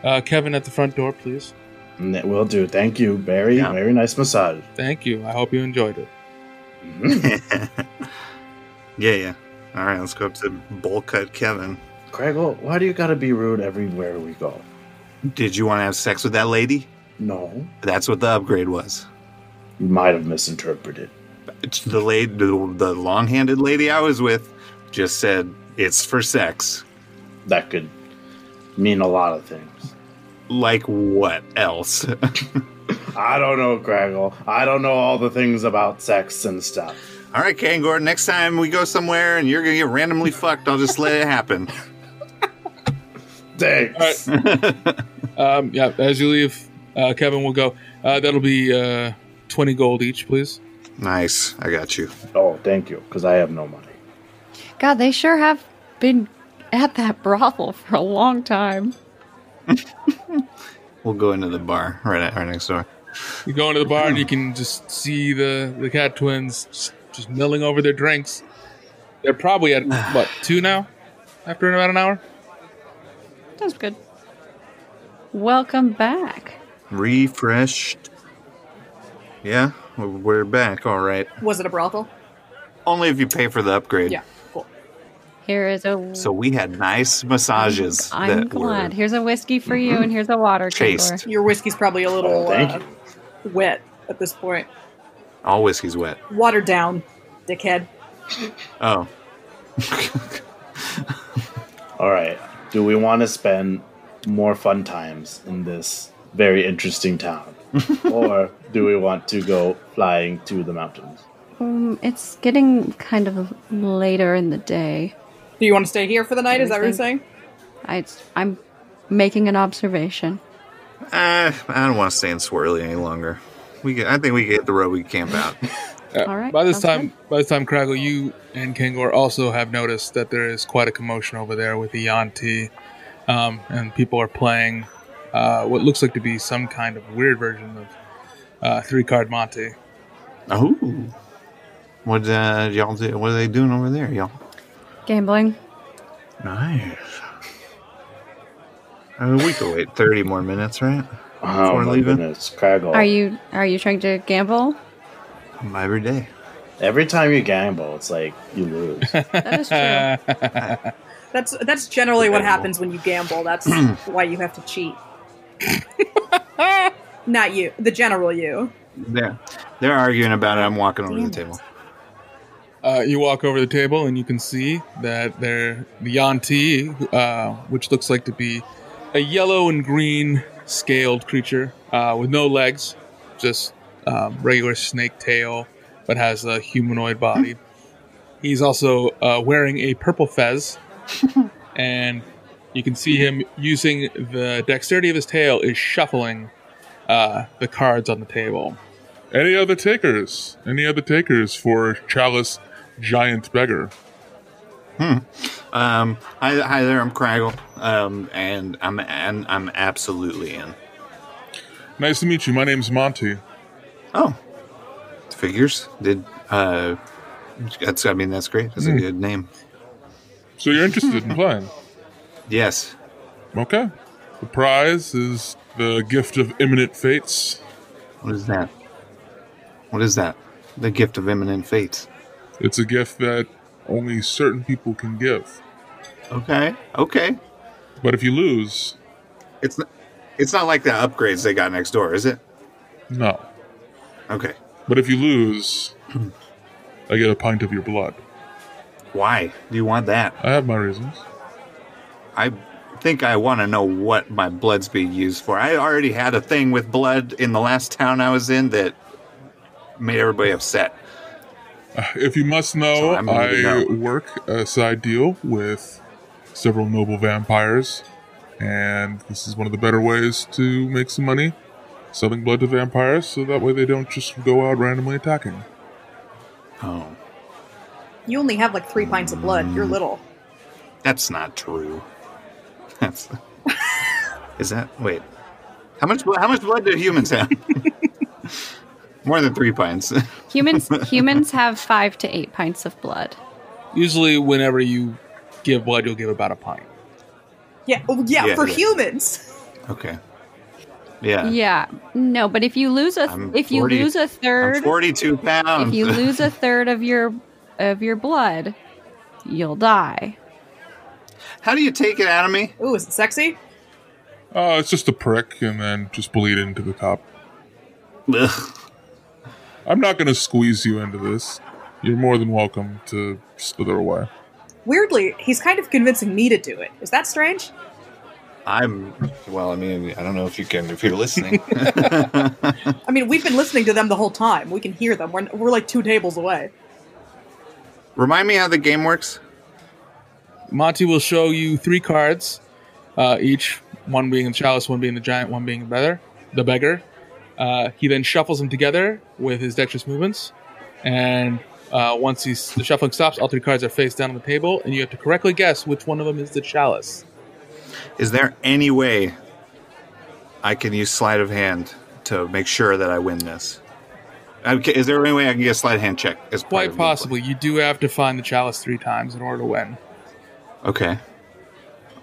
E: uh, Kevin at the front door, please.
H: N- Mm, Will do. Thank you. Very, very nice massage.
E: Thank you. I hope you enjoyed it.
F: yeah, yeah. All right, let's go up to bowl cut Kevin.
H: Craigle, why do you gotta be rude everywhere we go?
F: Did you want to have sex with that lady?
H: No.
F: That's what the upgrade was.
H: You might have misinterpreted.
F: The lady, the, the long-handed lady I was with, just said it's for sex.
H: That could mean a lot of things.
F: Like what else?
H: I don't know, Craggle. I don't know all the things about sex and stuff.
F: All right, Kangor, next time we go somewhere and you're going to get randomly fucked, I'll just let it happen.
H: Thanks.
E: Um, yeah, as you leave, uh, Kevin will go. Uh, that'll be uh, twenty gold each, please.
F: Nice. I got you.
H: Oh, thank you, because I have no money.
D: God, they sure have been at that brothel for a long time.
F: We'll go into the bar right, right next door.
E: You go into the bar and you can just see the the cat twins just, just milling over their drinks. They're probably at what two now? After about an hour.
D: That's good. Welcome back.
F: Refreshed. Yeah, we're- we're back. All right.
B: Was it a brothel?
F: Only if you pay for the upgrade.
B: Yeah, cool.
D: Here is a.
F: So we had nice massages.
D: I'm
F: that
D: glad. Here's a whiskey for you, and here's a water.
F: Chased.
D: Kangor.
B: Your whiskey's probably
H: Oh,
B: a little
F: Oh, thank
B: uh, wet at this point.
F: Were, all whiskey's wet.
B: Watered down, dickhead.
F: Oh,
H: All right. Do we want to spend more fun times in this very interesting town? or do we want to go flying to the mountains?
D: Um, it's getting kind of later in the day.
B: Do you want to stay here for the night? Is that what you're
D: Everything.
B: saying?
D: I, I'm making an observation.
F: uh, I don't want to stay in Swirly any longer. We get, I think we get the road we camp out.
E: Uh,
D: All right,
E: By this
D: sounds
E: time, by this time, Craggle, you and Kangor also have noticed that there is quite a commotion over there with the Yanti, um, and people are playing uh, what looks like to be some kind of weird version of uh, three card Monte.
F: oh, what uh, y'all do? What are they doing over there, y'all?
D: Gambling.
F: Nice. I mean, we could wait thirty more minutes, right?
H: Oh,
F: Before
H: my
F: leaving.
H: goodness. Craggle.
D: Are you are you trying to gamble?
F: Every day.
H: Every time you gamble, it's like you lose.
D: That is true.
B: That's that's generally what
H: Gamble.
B: happens when you gamble. That's why you have to cheat. Not you, the general you.
F: There, they're arguing about it. I'm walking over to the table.
E: Uh, you walk over the table and you can see that there the Yanti, uh, which looks like to be a yellow and green scaled creature uh, with no legs, just um, regular snake tail, but has a humanoid body. He's also uh, wearing a purple fez, and you can see him using the dexterity of his tail is shuffling uh, the cards on the table.
A: Any other takers? Any other takers for Chalice Giant Beggar?
F: Um, hi, hi there. I'm Craggle. Um, and I'm and I'm absolutely in.
A: Nice to meet you. My name's Monty.
F: Oh, figures. Did uh, that's. I mean, that's great. That's a good name.
A: So you're interested in playing?
F: Yes.
A: Okay. The prize is the gift of imminent fates.
F: What is that? What is that? The gift of imminent fate.
A: It's a gift that only certain people can give.
F: Okay. Okay.
A: But if you lose,
F: It's not. It's not like the upgrades they got next door, is it?
A: no.
F: Okay.
A: But if you lose, I get a pint of your blood.
F: Why do you want that?
A: I have my reasons.
F: I think I want to know what my blood's being used for. I already had a thing with blood in the last town I was in that made everybody upset.
A: If you must know,
F: I'm gonna
A: I
F: know.
A: work a side deal with several noble vampires, and this is one of the better ways to make some money selling blood to vampires so that way they don't just go out randomly attacking.
F: Oh,
B: You only have like three pints of blood. You're little.
F: that's not true. That's is that wait? How much blo- how much blood do humans have? More than three pints.
D: Humans humans have five to eight pints of blood.
E: Usually, whenever you give blood, you'll give about a pint.
B: Yeah, oh, yeah,
F: Yeah,
B: for
F: yeah.
B: humans.
F: Okay. Yeah.
D: Yeah. No, but if you lose a
F: I'm
D: if you
F: 40
D: lose a
F: I'm
D: third,
F: 42 pounds.
D: if you lose a third of your of your blood, you'll die.
F: How do you take it out of me?
B: Ooh, is it sexy?
A: Uh, it's just a prick, and then just bleed into the top.
F: Ugh.
A: I'm not going to squeeze you into this. You're more than welcome to slither away.
B: Weirdly, he's kind of convincing me to do it. Is that strange?
F: I'm well. I mean, I don't know if you can if you're listening.
B: I mean, we've been listening to them the whole time. We can hear them. We're, we're like two tables away.
F: Remind me how the game works.
E: Monty will show you three cards, uh, each one being the chalice, one being the giant, one being the beggar. The beggar. Uh, he then shuffles them together with his dexterous movements, and uh, once he's, the shuffling stops, all three cards are face down on the table, and you have to correctly guess which one of them is the chalice.
F: Is there any way I can use sleight of hand to make sure that I win this? Okay, is there any way I can get a sleight of hand check? As part
E: Quite
F: of me?
E: possibly, you do have to find the chalice three times in order to win.
F: Okay.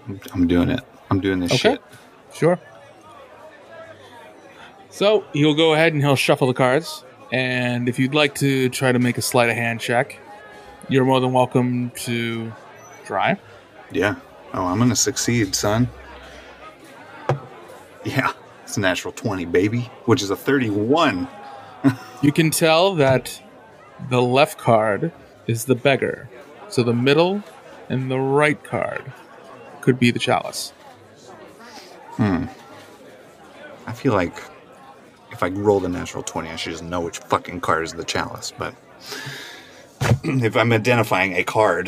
F: I'm- I'm doing it. I'm doing this
E: Okay.
F: shit.
E: Sure. So he'll go ahead and he'll shuffle the cards. And if you'd like to try to make a sleight of hand check, you're more than welcome to try.
F: Yeah. Oh, I'm gonna succeed, son. Yeah, it's a natural twenty, baby, which is a thirty-one.
E: You can tell that the left card is the beggar. So the middle and the right card could be the chalice.
F: I feel like if I rolled a natural 20, I should just know which fucking card is the chalice. But if I'm identifying a card.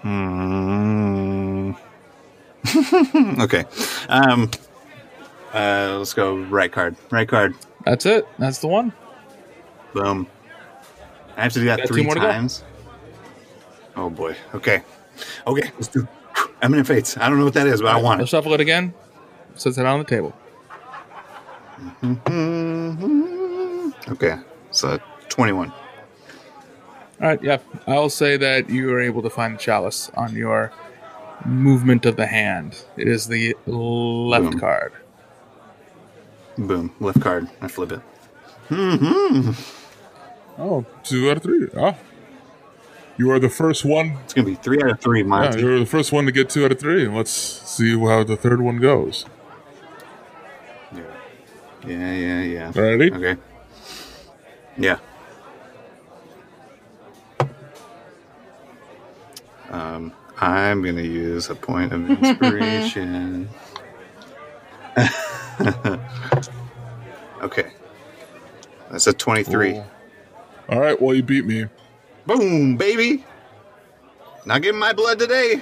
F: Hmm. okay. Um, uh, let's go right card. Right card.
E: That's it. That's the one.
F: Boom. I have to do that
E: Got two
F: three
E: more to go.
F: times. Oh boy. Okay. Okay. Let's do Eminent Fates. I don't know what that is, but I want
E: I'll
F: it.
E: shuffle it again. Sets it on the table.
F: Okay. So 21.
E: All right, yeah. I'll say that you are able to find the chalice on your movement of the hand. It is the left
F: Boom.
E: card.
F: Boom. Left card. I flip it.
A: Oh, two out of three. Ah. You are the first one.
F: It's gonna be three out of three,
A: Yeah,
F: Monty.
A: you're the first one to get two out of three. Let's see how the third one goes.
F: Yeah, yeah, yeah. yeah.
A: Ready?
F: Okay. Yeah. Um, I'm gonna use a point of inspiration. okay. That's a twenty-three.
A: Cool. All right, well, you beat me.
F: Boom, baby. Not getting my blood today.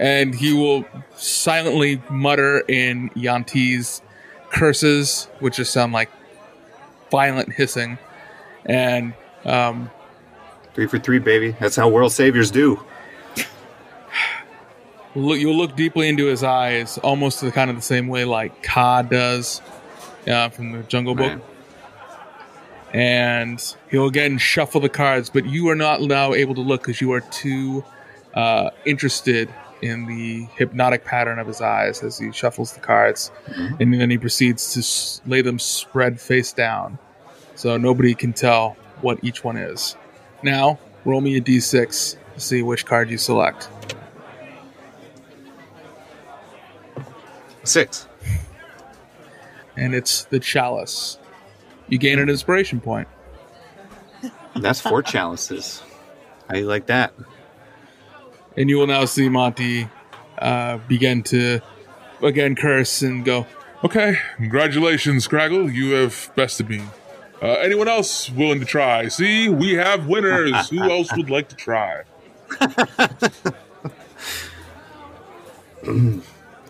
E: And he will silently mutter in Yanti's curses, which just sound like violent hissing. And um,
F: Three for three, baby. That's how world saviors do.
E: look, you'll look deeply into his eyes, almost the kind of the same way like Ka does uh, from the Jungle Book.
F: Man.
E: and he'll again shuffle the cards, but you are not now able to look because you are too uh, interested in the hypnotic pattern of his eyes as he shuffles the cards, and then he proceeds to s- lay them spread face down, so nobody can tell what each one is. Now, roll me a d6 to see which card you select.
F: Six.
E: And it's the chalice. You gain an inspiration point.
F: That's four chalices. How you like that?
E: and you will now see Monty uh, begin to again curse and go.
A: Okay, congratulations, Craggle. You have bested me. Uh, anyone else willing to try? See, we have winners. Who else would like to try?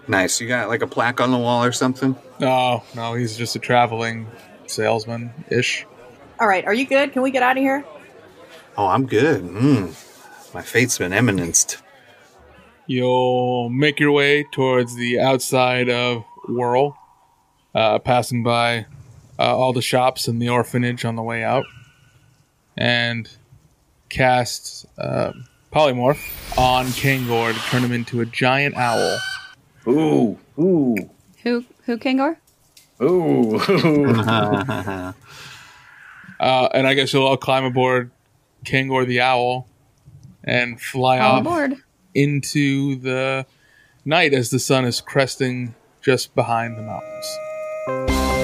F: Nice. You got like a plaque on the wall or something?
E: No, no, he's just a traveling salesman ish.
B: All right, are you good? Can we get out of here?
F: Oh, I'm good. Mm. My fate's been eminenced.
E: You'll make your way towards the outside of Whirl, uh, passing by uh, all the shops and the orphanage on the way out, and cast um polymorph on Kangor to turn him into a giant owl.
C: Ooh, ooh,
D: Who who Kangor?
C: ooh, ooh.
E: Uh, and I guess you'll all climb aboard Kangor the owl and fly
D: All
E: off
D: aboard.
E: into the night as the sun is cresting just behind the mountains.